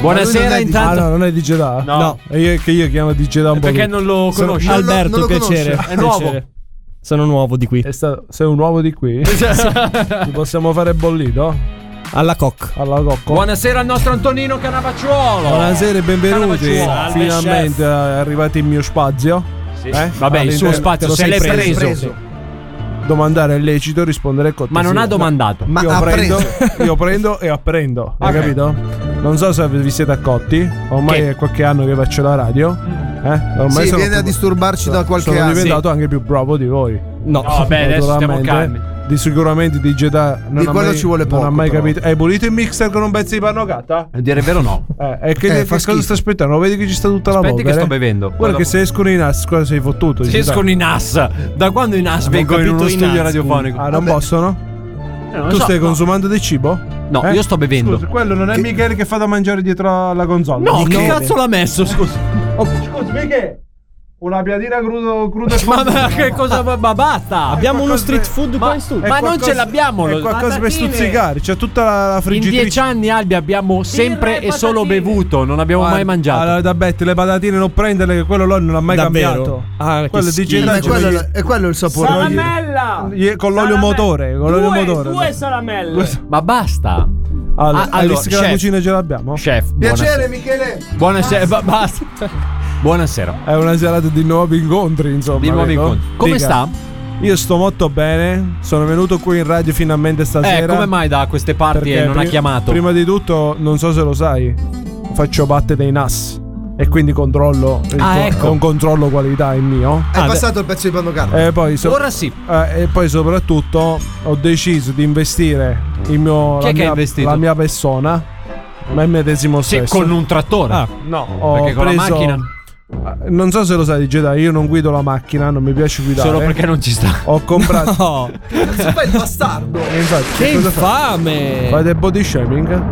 Buonasera Ah, no, intanto. non è Digeda. No. E io, che io chiamo Digeda un po'. Perché tutto. non lo Sono- conosci? non lo- Alberto, non lo piacere. conosce. È nuovo. piacere. Sono nuovo di qui. È stato- sei un uovo di qui? Ti possiamo fare bollito? Alla coc. Alla cocco. Buonasera al nostro Antonino Canavacciuolo. Buonasera e benvenuti. Caravaggio. Salve, Finalmente è arrivati in mio spazio. Sì. Eh? Vabbè, il suo All'interno- spazio se l'è preso. Domandare è lecito, rispondere è cortesia. Ma non ha domandato. Ma io ha prendo, preso. io prendo e apprendo, hai Ok. capito? Non so se vi siete accotti, ormai Che? è qualche anno che faccio la radio. Eh? Ormai Sì, sono viene a più- disturbarci da qualche sono anno. diventato anche più bravo di voi. No. No, beh, adesso stiamo Naturalmente, calmi. Di sicuramente di Jedi non Di ha quello mai, ci vuole poco, Non ha mai però. capito. Hai pulito il mixer con un pezzo di pannocatta? A dire il vero no. Eh, e che, Eh, che fa cosa schifo. sta aspettando? Vedi che ci sta tutta la Aspetti polvere che sto bevendo. Guarda che se escono i nas, cosa sei fottuto? Si Jedi? escono i NAS. Da quando i NAS vengono in capito uno i studio NAS, radiofonico? Ah, non possono? Eh, non tu so, stai no. consumando del cibo? No, Eh? io sto bevendo. Scusa, quello non è Che- Michele che fa da mangiare dietro alla consola. No, che Michele. cazzo l'ha messo? Scusa. Scusa, Michele. Una piadina crudo, crudo e Ma, forte. ma che cosa? Ma, ma basta! Abbiamo uno qualcosa- street food qua in È studio. ma non qualcosa- ce l'abbiamo, È lo- qualcosa per patatine. stuzzicare. C'è tutta la, la In friggitrice. dieci anni, Albi, abbiamo sempre e solo bevuto, non abbiamo Guarda, mai mangiato. Ah, Allora, da Betty, le patatine non prenderle, che quello là non l'ha mai Davvero? cambiato. Ah, che quello schifo. dice Ma dai, è quello, gli- è quello Cioè, il sapore. Salamella! gli- con l'olio motore. Con l'olio motore. salamelle. ma basta. Allora, Ah, hai allora, visto che la chef. cucina ce l'abbiamo? Chef, Piacere, Michele. buonasera. Buonasera, ba- basta. Buonasera. È una serata di nuovi incontri, insomma. Di nuovi ecco. incontri. Come Dica, sta? Eh, Io sto molto bene. Sono venuto qui in radio finalmente Eh, stasera. come mai da queste parti Perché eh, non ha pri- chiamato? Prima di tutto, non so se lo sai. faccio battere i NAS. E quindi controllo. il Ah, co- ecco. è un controllo qualità il mio. Hai Ah, passato il pezzo di panno carne. E poi, so- Ora sì. Eh, e poi soprattutto ho deciso di investire il mio, Chi la, è che ha mia, investito? la mia persona, me medesimo Sì, stesso. con un trattore. Ah, no, ho Perché con la preso- macchina? Eh, Non so se lo sai, Jedi, io non guido la macchina, non mi piace guidare. Solo perché non ci sta. Ho comprato. No. Cazzo, fai il bastardo. Infatti, Che cosa fai? infame! Fai del body shaming?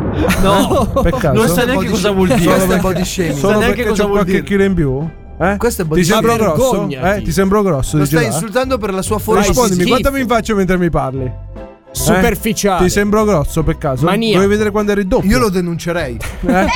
No. Peccato. Non sa neanche cosa vuol dire. Solo Questo è perché- body shaming. Solo Sa neanche perché cosa c'ho vuol qualche dire. chilo in più? Eh? Questo è body Ti sembro shaming. grosso? Vergognati. Eh, ti sembro grosso? Lo stai Jedi? insultando per la sua forma Rispondimi, di quanto schifo. mi faccio mentre mi parli? Eh? Superficiale. Ti sembro grosso per caso? Mania. Dovevi vedere quando eri doppio. Io lo denuncerei. Eh?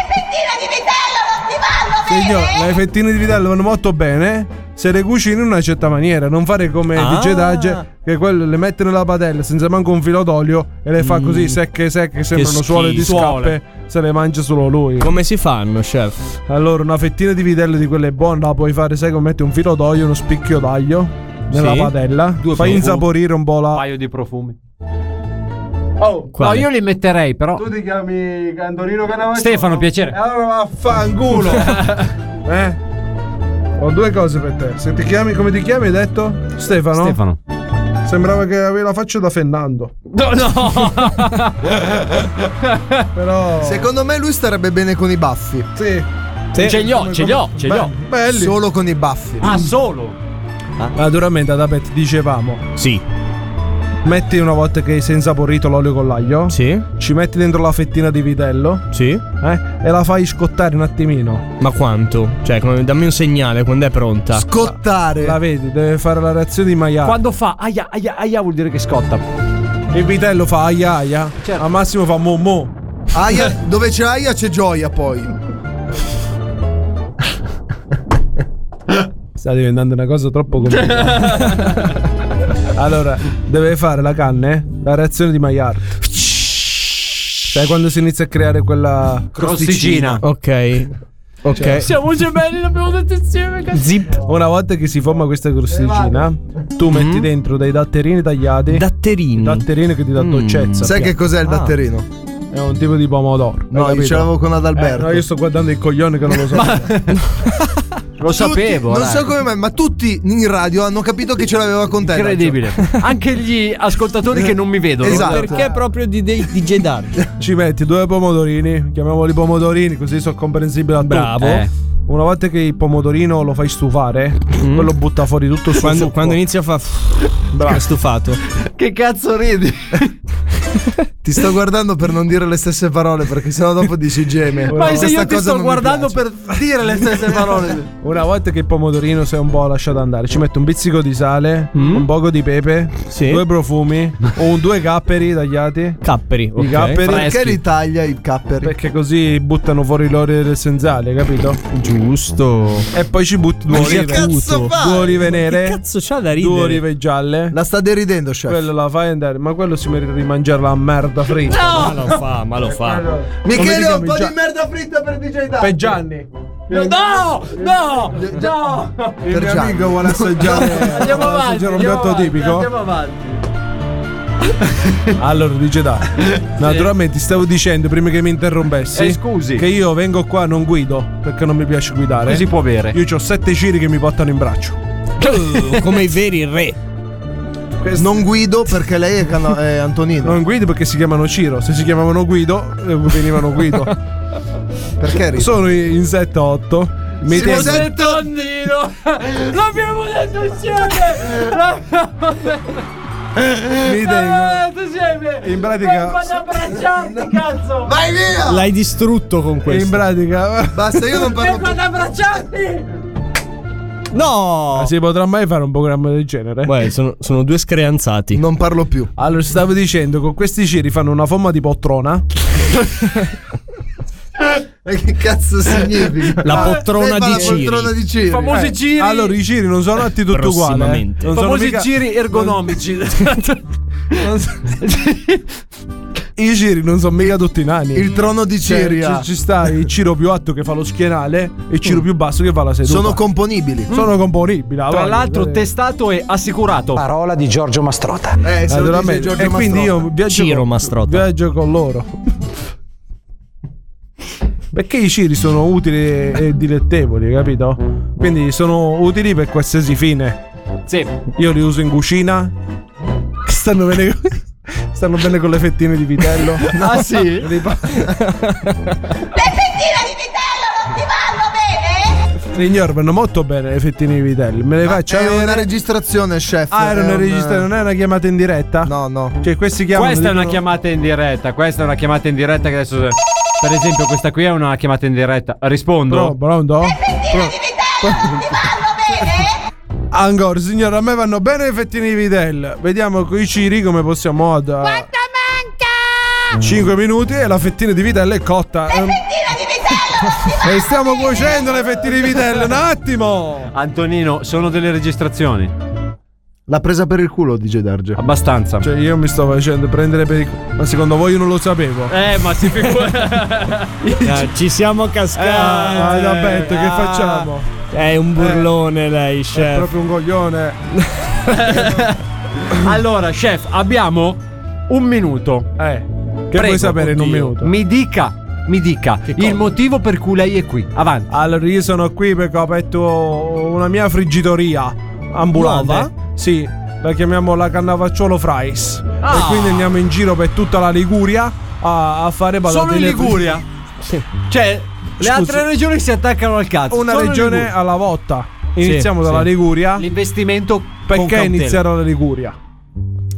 Signor, le fettine di vitello vanno molto bene se le cucini in una certa maniera. Non fare come Ah. DJ Dage che quello le mette nella padella senza manco un filo d'olio e le fa Mm. così secche secche, sembrano schifo. suole di Suole. scappe. Se le mangia solo lui. Come si fanno, chef? Allora, una fettina di vitello di quelle buone la puoi fare, sai, come metti un filo d'olio, uno spicchio d'aglio nella Sì. padella. fai Due profumi. insaporire un po' la. Un paio di profumi. Oh, No, io li metterei, però. ti chiami Cantorino Canavaccio? Eh, Stefano, piacere. E allora vaffanculo. eh? Ho due cose per te. Se ti chiami, come ti chiami, hai detto? Stefano? Stefano. Sembrava che avevi la faccia da Fernando. No, no. Però. Secondo me lui starebbe bene con i baffi. Sì. Sì. Ce li ho, ce li ho, ce li ho. Belli. Solo con i baffi. Ah, solo. Naturalmente, ad Apet dicevamo. Sì. Metti una volta che sei insaporito l'olio con l'aglio. Sì. Ci metti dentro la fettina di vitello. Sì. Eh? E la fai scottare un attimino. Ma quanto? Cioè, come- dammi un segnale quando è pronta. Scottare. La vedi, deve fare la reazione di maiale. Quando fa aia, aia, aia vuol dire che scotta. Il vitello fa aia aia. Certo. Al massimo fa mo mo. Aia, dove c'è Aia c'è gioia poi. Sta diventando una cosa troppo complicata. allora, deve fare la canne, la reazione di Maillard. Sai quando si inizia a creare quella Cioè, Crosticina. Ok. Ok. Siamo gemelli, l'abbiamo detto insieme. Cazzo. Zip. Una volta che si forma questa crosticina, tu Mm-hmm. metti dentro dei datterini tagliati. Datterini. Datterini che ti dà Mm. dolcezza. Sai che cos'è il Ah. datterino? È un tipo di pomodoro. hai No, io capito? ce l'avevo con Eh, Adalberto. no, io sto guardando il coglione che non lo so. Lo sapevo. non dai. so come mai, ma tutti in radio hanno capito che ce l'aveva con te. Incredibile. Anche gli ascoltatori che non mi vedono. Esatto. Perché proprio di, dei- di Jedi? Ci metti due pomodorini, chiamiamoli pomodorini, così sono comprensibili a Bravo. tutti. Eh, Eh. Una volta che il pomodorino lo fai stufare, Mm-hmm. quello butta fuori tutto il suo Quando, succo. quando inizia a fa. Bravo. È stufato. Che cazzo ridi? Ti sto guardando per non dire le stesse parole, perché sennò dopo dici geme. Ma se io Questa ti cosa sto non mi guardando piace. per dire le stesse parole. Una volta che il pomodorino si è un po' lasciato andare, ci metti un pizzico di sale, un poco di pepe, due profumi, un, due capperi tagliati. Capperi. I Eh, capperi. Perché Perché, li taglia i capperi? così buttano fuori l'olio essenziale, capito? Giusto. E poi ci butti due Ma che olive. cazzo fai? Due olive Che nere, cazzo c'ha da due ridere? olive gialle. La sta deridendo, chef. Quello la fai andare, ma quello si merita di mangiare la merda fritta. Ma lo fa, ma lo fa. Michele, un po' Gia- di merda fritta per DJ Dai. Per Gianni. No, no, no. Il mio Gianni. amico vuole assaggiare. Andiamo vuole avanti. assaggiare un andiamo piatto avanti, tipico. Andiamo avanti. Allora, dice dai. Naturalmente, stavo dicendo prima che mi interrompessi. Eh, scusi. Che io vengo qua, non guido perché non mi piace guidare. Così può bere. Io ho sette giri che mi portano in braccio. Come i veri re. Non guido perché lei è, cano- è Antonino. Non guido perché si chiamano Ciro. Se si chiamavano Guido, eh, venivano Guido. Perché ridi? Sono in 7-8. Mi tengo- Siamo sempre- Tonnino. L'abbiamo detto insieme. L'abbiamo mi tengo- detto insieme. In pratica- Eh, Vado ad abbracciarti, cazzo. Vai via! L'hai distrutto con In questo. pratica. Basta, io non parlo Vengo più. ad abbracciarti. No. Si potrà mai fare un programma del genere? Beh, sono, sono due screanzati. Non parlo più. Allora, stavo dicendo, con questi ciri fanno una forma di poltrona. Ma che cazzo significa? La poltrona Lei fa di la Ciri. poltrona di Ciri. Famosi Eh, giri. Allora, i ciri non sono atti tutti uguali. eh. Prossimamente. Non sono famosi mica- giri ergonomici. non so- I ciri non sono mica tutti nani. Il trono di Cioè, Ciri. ah. ci, ci sta il ciro più alto che fa lo schienale e il ciro più basso che fa la seduta. Mm. Sono componibili. sono componibili. eh. Tra l'altro, testato e assicurato. Parola di Giorgio Mastrota. Eh, se lo dice Giorgio E quindi Mastrotta. io viaggio Ciro con, Mastrotta. viaggio con loro. Perché i ciri sono utili e dilettevoli, capito? Quindi sono utili per qualsiasi fine. Sì. Io li uso in cucina. che Stanno bene, con- stanno bene con le fettine di vitello. Ah, sì? Li pa- Le fettine di vitello non ti vanno bene? li vanno molto bene le fettine di vitello. Me le faccio È avere. Eh, una registrazione, chef. Eh, Ah, era È una un- registrazione, non è una chiamata in diretta? No, no. Cioè, questi chiamano. Questa è una dicono- chiamata in diretta. Questa è una chiamata in diretta che adesso. Per esempio, questa qui è una chiamata in diretta. Rispondo. Pronto, pronto? Ancora, signora, a me vanno bene le fettine di vitello. Vediamo con i ciri come possiamo. Ad... Quanta manca? 5 minuti e la fettina di vitello è cotta. Ehm, E stiamo cuocendo le fettine di vitello. Un attimo. Antonino, sono delle registrazioni. L'ha presa per il culo, dice Darge. Abbastanza. Cioè, io mi sto facendo prendere per il. Ma secondo voi io non lo sapevo? Eh, ma si ci siamo Eh, cascati. ah, vabbè, che facciamo? Eh, È un burlone lei, chef. È proprio un coglione. Allora, chef, abbiamo un minuto. Eh. Che vuoi sapere in un minuto? Mi dica, mi dica il motivo per cui lei è qui. Avanti. Allora, io sono qui perché ho aperto una mia friggitoria ambulante. Nuova? Sì, la chiamiamo la Cannavacciolo Fries. Ah. E quindi andiamo in giro per tutta la Liguria a, a fare patatine. Solo in fritte. Liguria? Sì. Cioè, le Scusi. altre regioni si attaccano al cazzo. Una Solo in regione Liguria. alla volta. Iniziamo Sì, dalla sì. Liguria. L'investimento con Perché cautela. iniziare dalla Liguria?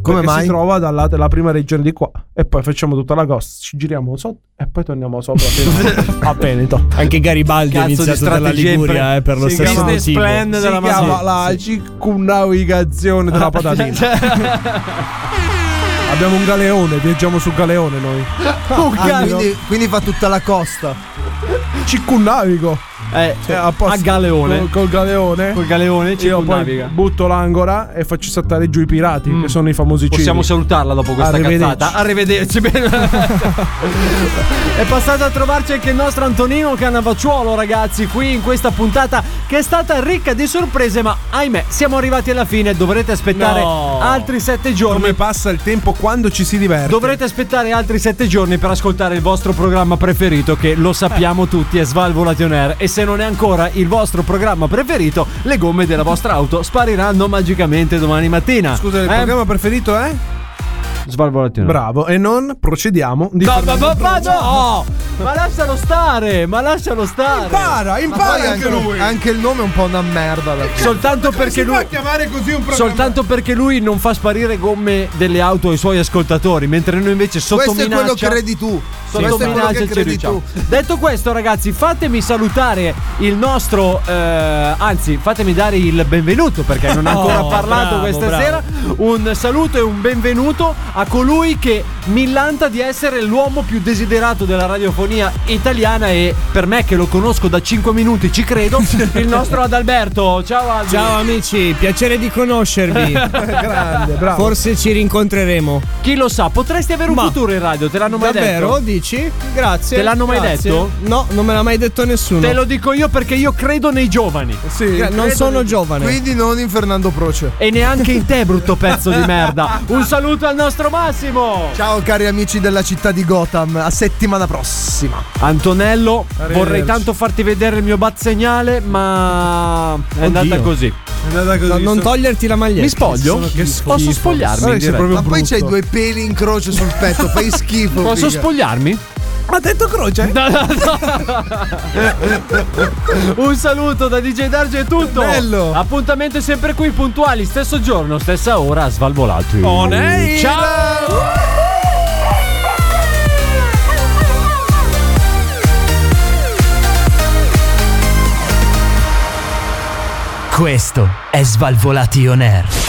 Come Perché mai? si trova dalla dalla prima regione di qua e poi facciamo tutta la costa, ci giriamo sotto e poi torniamo sopra fino a Veneto. Anche Garibaldi ha Cazzo di iniziato dalla strategie Liguria impre- eh, per lo si stesso chiama- motivo. si chiama la circunnavigazione della patatina. Abbiamo un galeone, viaggiamo sul galeone noi. Ah, quindi, quindi fa tutta la costa. Circunnavigo. Eh, Cioè, a posto- Col, col galeone. eh. Col galeone Io poi circunnaviga. butto l'angora e faccio saltare giù i pirati, che sono i famosi ciri. Possiamo salutarla dopo questa Arrivederci. cazzata. Arrivederci. È passato a trovarci anche il nostro Antonino Cannavacciuolo, ragazzi, qui in questa puntata che è stata ricca di sorprese, ma ahimè, siamo arrivati alla fine. Dovrete aspettare No. altri sette giorni. Come passa il tempo quando ci si diverte? Dovrete aspettare altri sette giorni per ascoltare il vostro programma preferito, che lo sappiamo tutti è Svalvolation Air. E se non è ancora il vostro programma preferito, le gomme della vostra auto spariranno magicamente domani mattina. Scusa, il Eh? programma preferito è? Svalvolation Air. Bravo, e non procediamo. Di No, ma, ma- ma no! Ma lascialo stare, ma lascialo stare. Impara, Poi Anche il nome è un po' una merda. alla fine. Soltanto perché lui chiamare così un Soltanto perché lui non fa sparire gomme delle auto ai suoi ascoltatori, mentre noi invece sotto Questo è minaccia quello che credi tu. Sotto Questo è quello minaccia che ci credi riusciamo. tu. Detto questo, ragazzi, fatemi salutare il nostro. eh, anzi, fatemi dare il benvenuto perché non ha ancora Oh, parlato bravo, questa bravo. sera. Un saluto e un benvenuto a colui che millanta di essere l'uomo più desiderato della radiofonia italiana. E per me, che lo conosco da 5 minuti, ci credo. il nostro Adalberto. Ciao, Albi. Ciao amici, piacere di conoscervi. Grande, bravo. Forse ci rincontreremo. Chi lo sa, potresti avere un Ma- futuro in radio, te l'hanno mai Davvero? detto? Dici? Grazie. Te l'hanno mai grazie. detto? No, non me l'ha mai detto nessuno. Te lo dico io perché io credo nei giovani. Gra- non sono giovane. Quindi non in Fernando Proce. E neanche in te, brutto pezzo di merda. Un saluto al nostro Massimo. Ciao cari amici della città di Gotham, a settimana prossima. Antonello, Arrivederci. vorrei tanto farti vedere il mio bat segnale, ma è andata così. È andata non così. sono- toglierti la maglietta. Mi spoglio? Sono- che schifo. Posso spogliarmi? Guarda in che sei diretta? Ma proprio poi brutto. c'hai due peli in croce sul petto, fai schifo. Posso figa. spogliarmi? Ha detto croce? Un saluto da DJ Darge è tutto. Bello. Appuntamento sempre qui, puntuali, stesso giorno, stessa ora, a svalvolati. Ciao! Questo è Svalvolation Air.